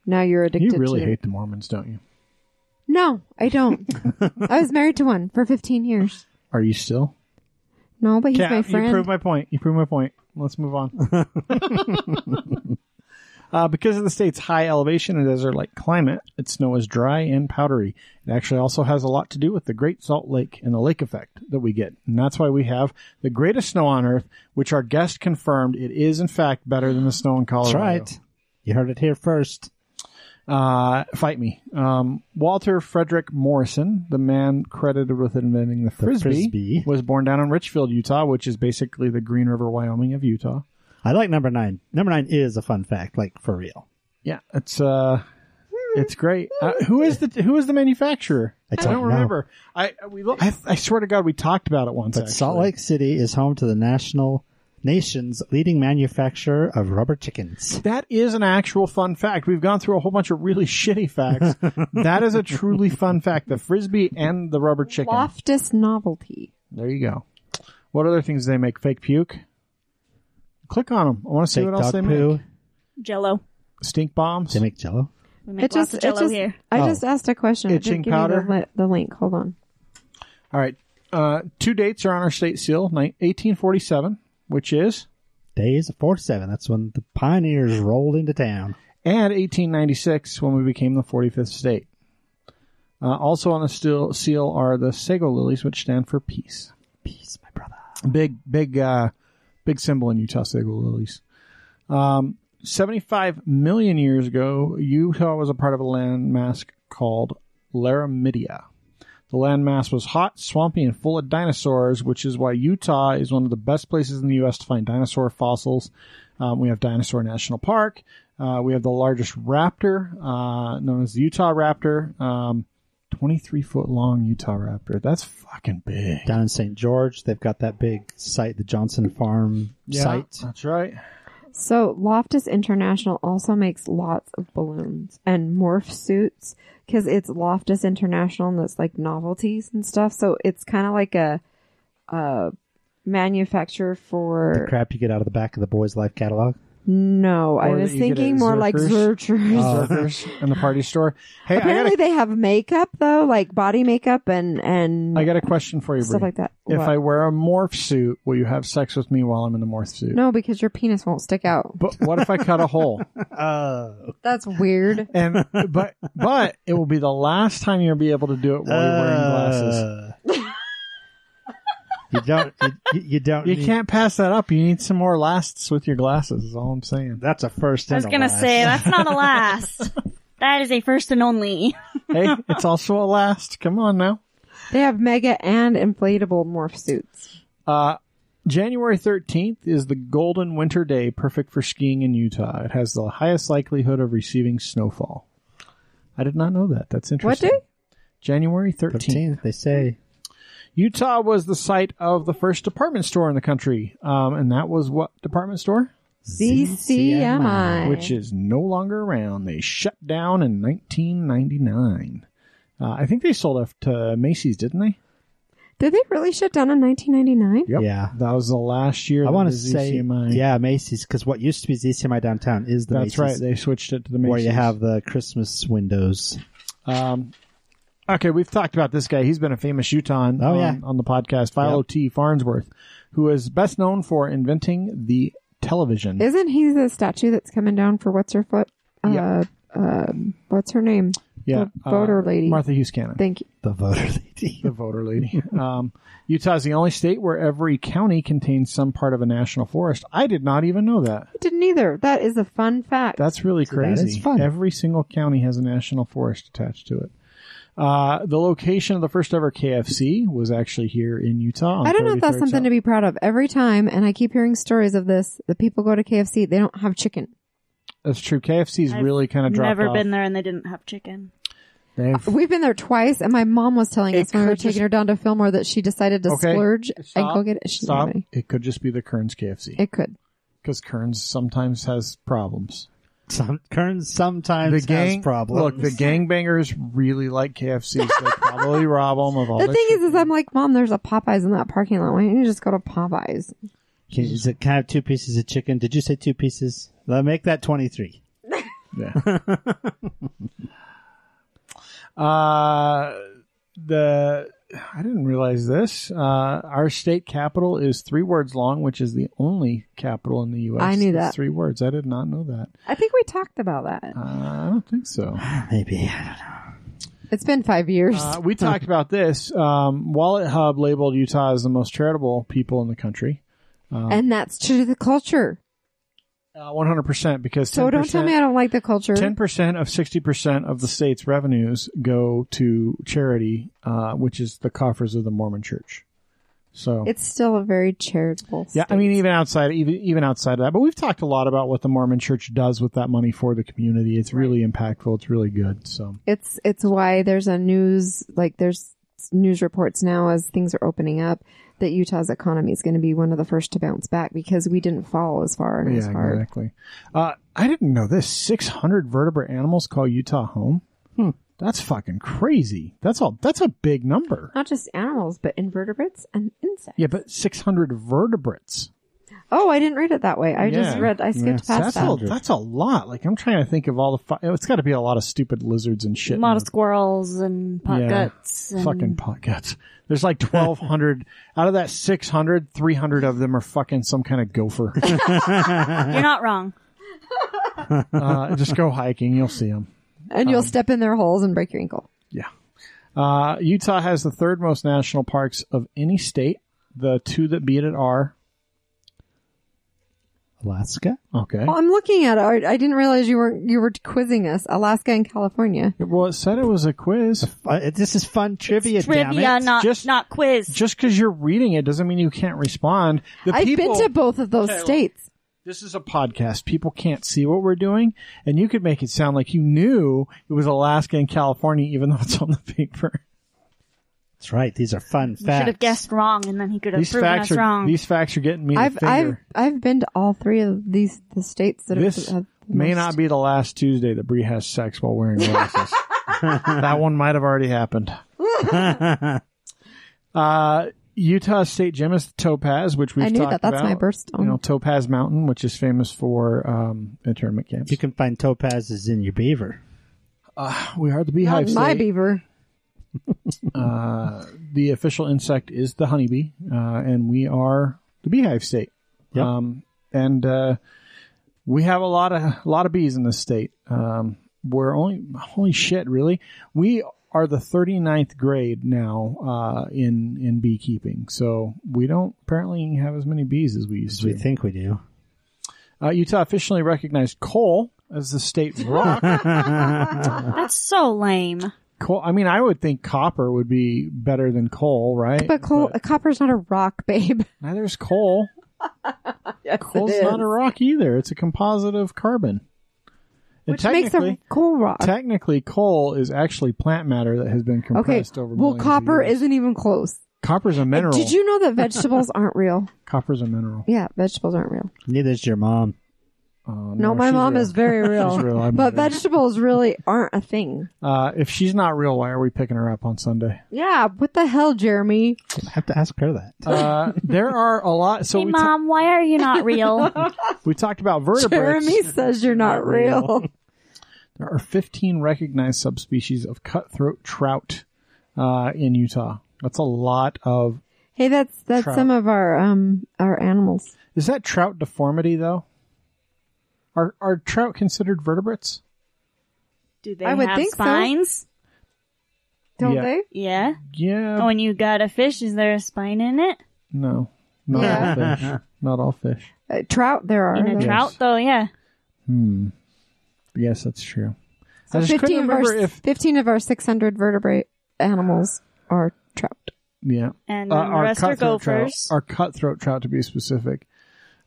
Speaker 2: now you're
Speaker 3: You
Speaker 2: addicted
Speaker 3: really
Speaker 2: to
Speaker 3: hate the Mormons, don't you?
Speaker 2: no i don't i was married to one for 15 years
Speaker 3: Are you still?
Speaker 2: no but he's my
Speaker 3: you
Speaker 2: friend
Speaker 3: proved my point. You proved my point. Let's move on. uh, because of the state's high elevation and desert-like climate, its snow is dry and powdery. It actually also has a lot to do with the Great Salt Lake and the lake effect that we get, and that's why we have the greatest snow on Earth, which our guest confirmed it is in fact better than the snow in
Speaker 4: That's
Speaker 3: Colorado.
Speaker 4: right. You heard it here first.
Speaker 3: Uh, fight me. Um, Walter Frederick Morrison, the man credited with inventing the frisbee,
Speaker 4: frisbee.
Speaker 3: was born down in Richfield, Utah, which is basically the Green River, Wyoming of Utah.
Speaker 4: I like number nine. Number nine is a fun fact, like for real.
Speaker 3: Yeah, it's uh, it's great. Uh, who is the who is the manufacturer?
Speaker 4: I don't know.
Speaker 3: remember. I we lo- I, I swear to God, we talked about it once.
Speaker 4: But Salt
Speaker 3: actually.
Speaker 4: Lake City is home to the national nation's leading manufacturer of rubber chickens.
Speaker 3: That is an actual fun fact. We've gone through a whole bunch of really shitty facts. that is a truly fun fact. The frisbee and the rubber chicken.
Speaker 2: loftus novelty
Speaker 3: There you go. What other things do they make? Fake puke? Click on them. I want to see
Speaker 4: Fake
Speaker 3: what else
Speaker 4: dog
Speaker 3: they
Speaker 4: poo.
Speaker 3: make. Mm-hmm.
Speaker 5: Jello.
Speaker 3: Stink bombs.
Speaker 4: They make jello.
Speaker 5: We make lots of
Speaker 2: it
Speaker 5: Jello here.
Speaker 2: I
Speaker 4: Oh.
Speaker 2: just asked a question. It
Speaker 3: Itching
Speaker 2: didn't give
Speaker 3: powder?
Speaker 2: me the, li- the link. Hold on.
Speaker 3: All right. Uh, two dates are on our state seal. ni- 1847, which is,
Speaker 4: Days of 47. That's when the pioneers rolled into town.
Speaker 3: and 1896 when we became the 45th state. Uh, also on the steel seal are the sago lilies, which stand for peace.
Speaker 4: Peace, my brother.
Speaker 3: Big, big, uh, big symbol in Utah sago lilies. Um, 75 million years ago, Utah was a part of a landmass called Laramidia. The landmass was hot, swampy, and full of dinosaurs, which is why Utah is one of the best places in the U.S. to find dinosaur fossils. Um, we have Dinosaur National Park. Uh, we have the largest raptor, uh, known as the Utah Raptor. Um, 23 foot long Utah Raptor. That's fucking big.
Speaker 4: Down in St. George, they've got that big site, the Johnson Farm site.
Speaker 3: That's right.
Speaker 2: So Loftus International also makes lots of balloons and morph suits because it's Loftus International and it's like novelties and stuff. So it's kind of like a, a manufacturer
Speaker 4: The
Speaker 2: for
Speaker 4: crap you get out of the back of the boys' life catalog.
Speaker 2: no. I
Speaker 3: Or
Speaker 2: was
Speaker 3: that you get
Speaker 2: thinking
Speaker 3: at
Speaker 2: more like
Speaker 3: Zurchers.
Speaker 2: Zurchers.
Speaker 3: Surfers Uh, in the party store. Hey, I
Speaker 2: Apparently
Speaker 3: got,
Speaker 2: they have makeup though, like body makeup and and
Speaker 3: a, I got a question for you,
Speaker 2: stuff
Speaker 3: Bree.
Speaker 2: like that.
Speaker 3: If
Speaker 2: What?
Speaker 3: I wear a morph suit, will you have sex with me while I'm in the morph suit?
Speaker 2: no, because your penis won't stick out.
Speaker 3: But what if I cut a hole? Uh,
Speaker 4: Oh.
Speaker 2: That's weird.
Speaker 3: And but but it will be the last time you'll be able to do it while you're wearing
Speaker 4: Uh,
Speaker 3: glasses.
Speaker 4: you don't. You, you don't.
Speaker 3: You
Speaker 4: need-
Speaker 3: can't pass that up. You need some more lasts with your glasses. Is all I'm saying.
Speaker 4: That's a first.
Speaker 5: I was
Speaker 4: and a
Speaker 5: gonna
Speaker 4: last.
Speaker 5: say that's not a last. that is a first and only.
Speaker 3: Hey, it's also a last. Come on now.
Speaker 2: They have mega and inflatable morph suits.
Speaker 3: Uh, January 13th is the golden winter day, perfect for skiing in Utah. It has the highest likelihood of receiving snowfall. I did not know that. That's
Speaker 2: What
Speaker 3: interesting.
Speaker 2: day?
Speaker 3: January 13th.
Speaker 4: 13th, they say.
Speaker 3: Utah was the site of the first department store in the country. Um, and that was what department store?
Speaker 2: CCMI.
Speaker 3: Which is no longer around. They shut down in 1999. Uh, I think they sold off to Macy's, didn't they?
Speaker 2: Did they really shut down in 1999?
Speaker 3: Yep.
Speaker 4: Yeah.
Speaker 3: That was the last year.
Speaker 4: I
Speaker 3: that
Speaker 4: want to
Speaker 3: the
Speaker 4: say,
Speaker 3: ZCMI
Speaker 4: yeah, Macy's, because what used to be ZCMI downtown is the
Speaker 3: That's
Speaker 4: Macy's,
Speaker 3: right. They switched it to the Macy's.
Speaker 4: where you have the Christmas windows.
Speaker 3: Um, okay, we've talked about this guy. He's been a famous Utah on,
Speaker 4: Oh, yeah.
Speaker 3: on, on the podcast, Philo
Speaker 4: Yep.
Speaker 3: T. Farnsworth, who is best known for inventing the television.
Speaker 2: Isn't he the statue that's coming down for what's her foot? Uh,
Speaker 3: Yeah.
Speaker 2: um, what's her name?
Speaker 3: yeah, uh,
Speaker 2: the voter lady.
Speaker 3: Martha Hughes Cannon,
Speaker 2: Thank you.
Speaker 4: The voter lady.
Speaker 3: the voter lady. um, Utah is the only state where every county contains some part of a national forest. I did not even know that.
Speaker 2: I didn't either. That is a fun fact.
Speaker 3: That's really
Speaker 4: that
Speaker 3: crazy.
Speaker 4: is fun.
Speaker 3: Every single county has a national forest attached to it. Uh, the location of the first ever KFC was actually here in Utah. on
Speaker 2: I don't know if that's
Speaker 3: 33rd
Speaker 2: something
Speaker 3: South.
Speaker 2: to be proud of. Every time, and I keep hearing stories of this, the people go to KFC, they don't have chicken.
Speaker 3: That's true. KFC's
Speaker 5: I've
Speaker 3: really kind of dropped
Speaker 5: Never
Speaker 3: off.
Speaker 5: been there and they didn't have chicken.
Speaker 3: They've-
Speaker 2: We've been there twice, and my mom was telling
Speaker 3: It
Speaker 2: us when we were
Speaker 3: could
Speaker 2: taking
Speaker 3: just-
Speaker 2: her down to Fillmore that she decided to
Speaker 3: Okay.
Speaker 2: splurge and
Speaker 3: Stop.
Speaker 2: go get it. She didn't have
Speaker 3: Stop.
Speaker 2: any.
Speaker 3: It could just be the Kearns KFC
Speaker 2: It could.
Speaker 3: because Kearns sometimes has problems.
Speaker 4: Some, Kern sometimes
Speaker 3: the gang
Speaker 4: has problems.
Speaker 3: Look, the gangbangers really like KFC. So they probably rob them of all
Speaker 2: The
Speaker 3: their
Speaker 2: thing is,
Speaker 3: chicken.
Speaker 2: is I'm like, mom, there's a Popeyes in that parking lot. Why don't you just go to Popeyes?
Speaker 4: Can, is it, can I have two pieces of chicken? Did you say two pieces? Let make that 23.
Speaker 3: Yeah. uh, the I didn't realize this. Uh, our state capital is three words long, which is the only capital in the U.S.
Speaker 2: I knew
Speaker 3: that's
Speaker 2: that.
Speaker 3: three words. I did not know that.
Speaker 2: I think we talked about that.
Speaker 3: Uh, I don't think so.
Speaker 4: Maybe. I
Speaker 2: It's been five years.
Speaker 3: Uh, we talked about this. Um, Wallet Hub labeled Utah as the most charitable people in the country.
Speaker 2: and that's true to the culture.
Speaker 3: Uh, 100% because 10%,
Speaker 2: So don't tell me I don't like the culture.
Speaker 3: 10% of 60% of the state's revenues go to charity, uh, which is the coffers of the Mormon church. So
Speaker 2: It's still a very charitable.
Speaker 3: yeah, I
Speaker 2: state.
Speaker 3: mean, even outside, even even outside of that, but we've talked a lot about what the Mormon Church does with that money for the community. It's really impactful. It's really good. So
Speaker 2: it's it's why there's a news like there's news reports now as things are opening up that Utah's economy is going to be one of the first to bounce back because we didn't fall as far and as
Speaker 3: yeah,
Speaker 2: hard.
Speaker 3: exactly. Uh, I didn't know this. Six hundred vertebrate animals call Utah home.
Speaker 2: Hmm.
Speaker 3: That's fucking crazy. That's all. That's a big number.
Speaker 2: Not just animals, but invertebrates and insects.
Speaker 3: Yeah, but six hundred vertebrates.
Speaker 2: Oh, I didn't read it that way. I just
Speaker 3: Yeah.
Speaker 2: read. I skipped
Speaker 4: Yeah.
Speaker 2: past
Speaker 3: That's a,
Speaker 2: that.
Speaker 4: Sandra.
Speaker 3: that's a lot. Like I'm trying to think of all the. Fu- it's got to be a lot of stupid lizards and
Speaker 5: A
Speaker 3: shit.
Speaker 5: lot
Speaker 3: in
Speaker 5: of squirrels and pot
Speaker 3: Yeah.
Speaker 5: guts. And
Speaker 3: fucking pot guts. There's like 1,200 out of that 600, 300 of them are fucking some kind of gopher.
Speaker 5: You're not wrong.
Speaker 3: uh, just go hiking, you'll see them.
Speaker 2: And
Speaker 3: Um,
Speaker 2: you'll step in their holes and break your ankle.
Speaker 3: Yeah. Uh, Utah has the third most national parks of any state. The two that beat it are
Speaker 4: Alaska?
Speaker 3: okay.
Speaker 2: Well, I'm looking at it. I I didn't realize you were you were quizzing us. Alaska and California.
Speaker 3: Well, it said it was a quiz.
Speaker 4: Uh, this is fun trivia, damn
Speaker 5: Trivia,
Speaker 4: it.
Speaker 5: not
Speaker 3: Just-
Speaker 5: not quiz.
Speaker 3: Just because you're reading it doesn't mean you can't respond. The
Speaker 2: I've
Speaker 3: people,
Speaker 2: been to both of those states.
Speaker 3: This is a podcast. People can't see what we're doing, and you could make it sound like you knew it was Alaska and California, even though it's on the paper.
Speaker 4: That's right. These are fun
Speaker 5: You should
Speaker 4: facts.
Speaker 5: have guessed wrong, and then he could have
Speaker 3: These
Speaker 5: proven
Speaker 3: facts
Speaker 5: us
Speaker 3: are
Speaker 5: wrong.
Speaker 3: these facts are getting me the
Speaker 2: I've I've
Speaker 3: finger.
Speaker 2: I've been to all three of these the states that
Speaker 3: this
Speaker 2: have the
Speaker 3: may
Speaker 2: most-
Speaker 3: not be the last Tuesday that Bree has sex while wearing glasses. that one might have already happened. uh, Utah State Gym is the Topaz, which we've
Speaker 2: I knew
Speaker 3: talked
Speaker 2: that. That's
Speaker 3: about.
Speaker 2: my birthstone.
Speaker 3: You know, Topaz Mountain, which is famous for um, internment camps.
Speaker 4: You can find topazes in your beaver.
Speaker 3: We are the
Speaker 2: Not
Speaker 3: Beehive
Speaker 2: in my
Speaker 3: State.
Speaker 2: beaver.
Speaker 3: Uh, the official insect is the honeybee, uh, and we are the beehive state.
Speaker 4: Yep.
Speaker 3: Um, and uh, we have a lot of a lot of bees in this state. Um, we're only holy shit, really. We are the 39th grade now uh, in in beekeeping, so we don't apparently have as many bees as we used
Speaker 4: As we
Speaker 3: to.
Speaker 4: think we do.
Speaker 3: Uh, Utah officially recognized coal as the state rock.
Speaker 5: That's so lame.
Speaker 3: coal. I mean, I would think copper would be better than coal, right?
Speaker 2: But coal, copper's not a rock, babe.
Speaker 3: Neither is coal. Coal's
Speaker 2: it
Speaker 3: not
Speaker 2: is.
Speaker 3: a rock either. It's a composite of carbon. And
Speaker 2: Which makes a coal rock.
Speaker 3: technically coal is actually plant matter that has been
Speaker 2: Okay.
Speaker 3: compressed over
Speaker 2: Well,
Speaker 3: millions of
Speaker 2: copper
Speaker 3: years.
Speaker 2: isn't even close.
Speaker 3: copper's a mineral.
Speaker 2: Did you know that vegetables aren't real?
Speaker 3: Copper's a mineral.
Speaker 2: Yeah, vegetables aren't real.
Speaker 4: Neither's your mom.
Speaker 3: Uh,
Speaker 2: No, my
Speaker 3: she's
Speaker 2: mom
Speaker 3: real.
Speaker 2: is very real.
Speaker 3: She's real, I
Speaker 2: but
Speaker 3: believe it.
Speaker 2: vegetables really aren't a thing.
Speaker 3: Uh, if she's not real, why are we picking her up on Sunday?
Speaker 2: Yeah, what the hell, Jeremy?
Speaker 4: I have to ask her that.
Speaker 3: Uh, there are a lot. So
Speaker 5: hey,
Speaker 3: we, ta-
Speaker 5: mom, why are you not real?
Speaker 3: we talked about vertebrates.
Speaker 2: Jeremy says you're not real.
Speaker 3: There are 15 recognized subspecies of cutthroat trout uh, in Utah. That's a lot of.
Speaker 2: hey, that's that's
Speaker 3: Trout.
Speaker 2: some of our um our animals.
Speaker 3: Is that trout deformity though? Are are trout considered vertebrates?
Speaker 5: Do they
Speaker 2: I would
Speaker 5: have
Speaker 2: think so.
Speaker 5: spines?
Speaker 2: Don't
Speaker 3: Yeah.
Speaker 2: they?
Speaker 5: Yeah.
Speaker 3: Yeah.
Speaker 2: Oh,
Speaker 5: When you got a fish, is there a spine in it?
Speaker 3: No. Not all fish. Not all fish.
Speaker 2: Uh, trout there are.
Speaker 5: In a
Speaker 2: though.
Speaker 5: trout, though, yeah.
Speaker 3: Yes, that's true.
Speaker 2: So
Speaker 3: I just couldn't
Speaker 2: fifteen of our
Speaker 3: remember if
Speaker 2: fifteen of our six hundred vertebrate animals are trout.
Speaker 3: yeah.
Speaker 5: And
Speaker 3: Uh,
Speaker 2: Mm,
Speaker 5: then the
Speaker 3: our
Speaker 5: rest are
Speaker 3: cutthroat trout,
Speaker 5: gophers.
Speaker 3: our cutthroat trout to be specific.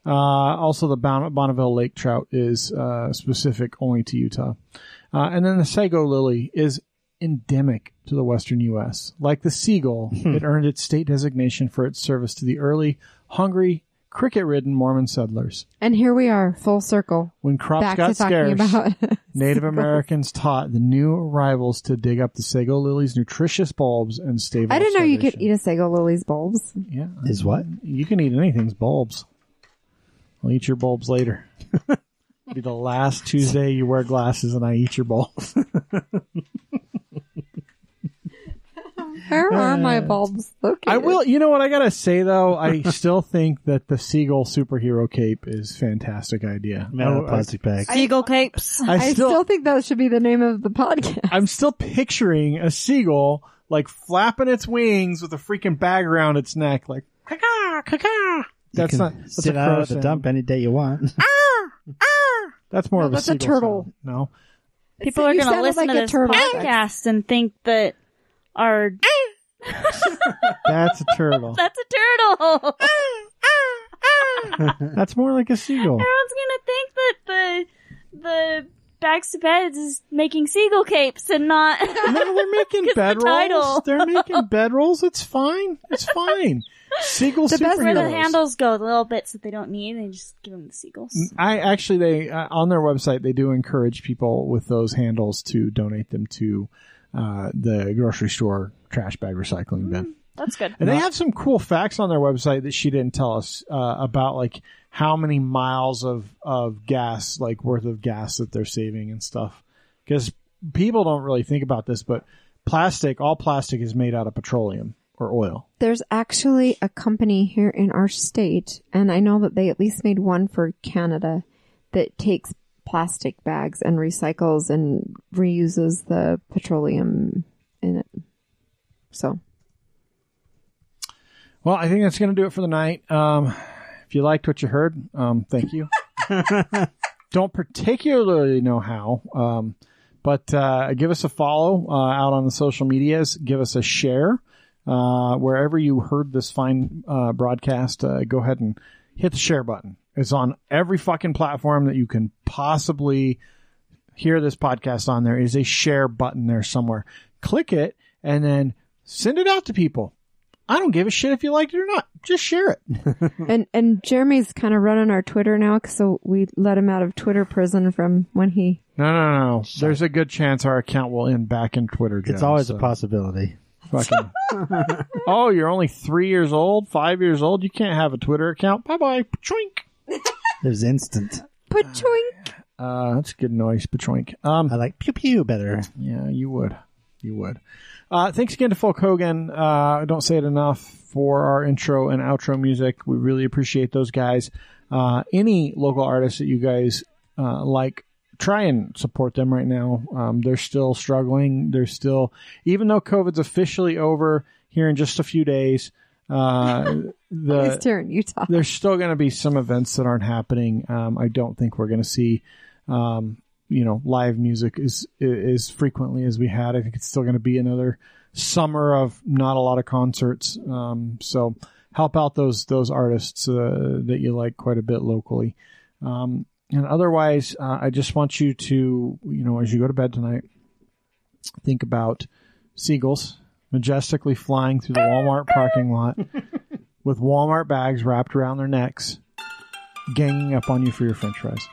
Speaker 3: Uh, also, the Bon- Bonneville Lake trout is uh, specific only to Utah, uh, and then the sago lily is endemic to the western U.S. Like the seagull,
Speaker 2: Hmm.
Speaker 3: it earned its state designation for its service to the early, hungry, cricket-ridden Mormon settlers.
Speaker 2: And here we are, full circle.
Speaker 3: When crops
Speaker 2: back
Speaker 3: got
Speaker 2: to talking
Speaker 3: scarce,
Speaker 2: about
Speaker 3: Native Americans taught the new arrivals to dig up the sago lily's nutritious bulbs and stave.
Speaker 2: I
Speaker 3: off
Speaker 2: didn't know you could
Speaker 3: starvation.
Speaker 2: eat a sago lily's bulbs.
Speaker 3: Yeah,
Speaker 4: Is what?
Speaker 3: you can eat anything's bulbs. I'll eat your bulbs later. Be the last Tuesday you wear glasses and I eat your bulbs.
Speaker 2: Where are my bulbs located?
Speaker 3: I will. You know what I gotta say though? I still think that the seagull superhero cape is fantastic idea.
Speaker 4: Made out
Speaker 3: I-
Speaker 4: of plastic bags.
Speaker 5: Seagull capes.
Speaker 3: I,
Speaker 2: I
Speaker 3: still,
Speaker 2: still think that should be the name of the podcast.
Speaker 3: I'm still picturing a seagull like flapping its wings with a freaking bag around its neck, like caca, caca. That's
Speaker 4: you
Speaker 3: not
Speaker 4: can
Speaker 3: that's
Speaker 4: sit
Speaker 3: a
Speaker 4: out
Speaker 3: crow
Speaker 4: at the
Speaker 3: sound.
Speaker 4: dump any day you want.
Speaker 3: That's more
Speaker 2: No,
Speaker 3: of a
Speaker 2: that's a
Speaker 3: seagull
Speaker 2: turtle.
Speaker 3: sound. No,
Speaker 5: People
Speaker 2: You
Speaker 5: are going to
Speaker 2: sounded
Speaker 5: listen
Speaker 2: like
Speaker 5: to
Speaker 2: a
Speaker 5: this
Speaker 2: turtle.
Speaker 5: podcast and think that our
Speaker 3: that's a turtle.
Speaker 5: that's a turtle.
Speaker 3: that's more like a seagull.
Speaker 5: Everyone's gonna think that the the backs to beds is making seagull capes and not.
Speaker 3: No, they're making
Speaker 5: 'Cause the
Speaker 3: bedrolls.
Speaker 5: title.
Speaker 3: they're making bedrolls. It's fine. It's fine. Seagull
Speaker 2: The best
Speaker 3: superheroes.
Speaker 5: Where the handles go, the little bits that they don't need, they just give them the seagulls.
Speaker 3: I actually, they uh, on their website they do encourage people with those handles to donate them to uh, the grocery store trash bag recycling bin.
Speaker 6: That's good.
Speaker 3: And they have some cool facts on their website that she didn't tell us uh, about, like how many miles of of gas, like worth of gas that they're saving and stuff. Because people don't really think about this, but plastic, all plastic is made out of petroleum or oil.
Speaker 2: There's actually a company here in our state, and I know that they at least made one for Canada that takes plastic bags and recycles and reuses the petroleum in it. So
Speaker 3: Well, I think that's going to do it for the night. Um, if you liked what you heard, um, thank you. Don't particularly know how, um, but uh, give us a follow uh, out on the social medias. Give us a share uh, wherever you heard this fine uh, broadcast. Uh, go ahead and hit the share button. It's on every fucking platform that you can possibly hear this podcast on. There is a share button there somewhere. Click it and then send it out to people. I don't give a shit if you liked it or not. Just share it.
Speaker 2: and and Jeremy's kind of running our Twitter now, 'cause so we let him out of Twitter prison from when he.
Speaker 3: No, no, no. There's a good chance our account will end back in Twitter. Jim,
Speaker 4: It's always
Speaker 3: so
Speaker 4: a possibility.
Speaker 3: fucking. oh, you're only three years old, five years old. You can't have a Twitter account. Bye bye. Pachoink.
Speaker 4: It was instant.
Speaker 2: Pachoink.
Speaker 3: Uh, that's a good noise. Pachoink. Um,
Speaker 4: I like pew pew better.
Speaker 3: yeah, you would. You would. Uh, thanks again to Folk Hogan. Uh, I don't say it enough for our intro and outro music. We really appreciate those guys. Uh, any local artists that you guys uh, like, try and support them right now. Um, they're still struggling. They're still, even though COVID's officially over here in just a few days, uh, the,
Speaker 2: He's here in Utah.
Speaker 3: there's still going to be some events that aren't happening. Um, I don't think we're going to see, um, you know, live music as as frequently as we had. I think it's still going to be another summer of not a lot of concerts. Um, so help out those those artists uh, that you like quite a bit locally. Um, and otherwise, uh, I just want you to, you know, as you go to bed tonight, think about seagulls majestically flying through the Walmart parking lot with Walmart bags wrapped around their necks, ganging up on you for your french fries.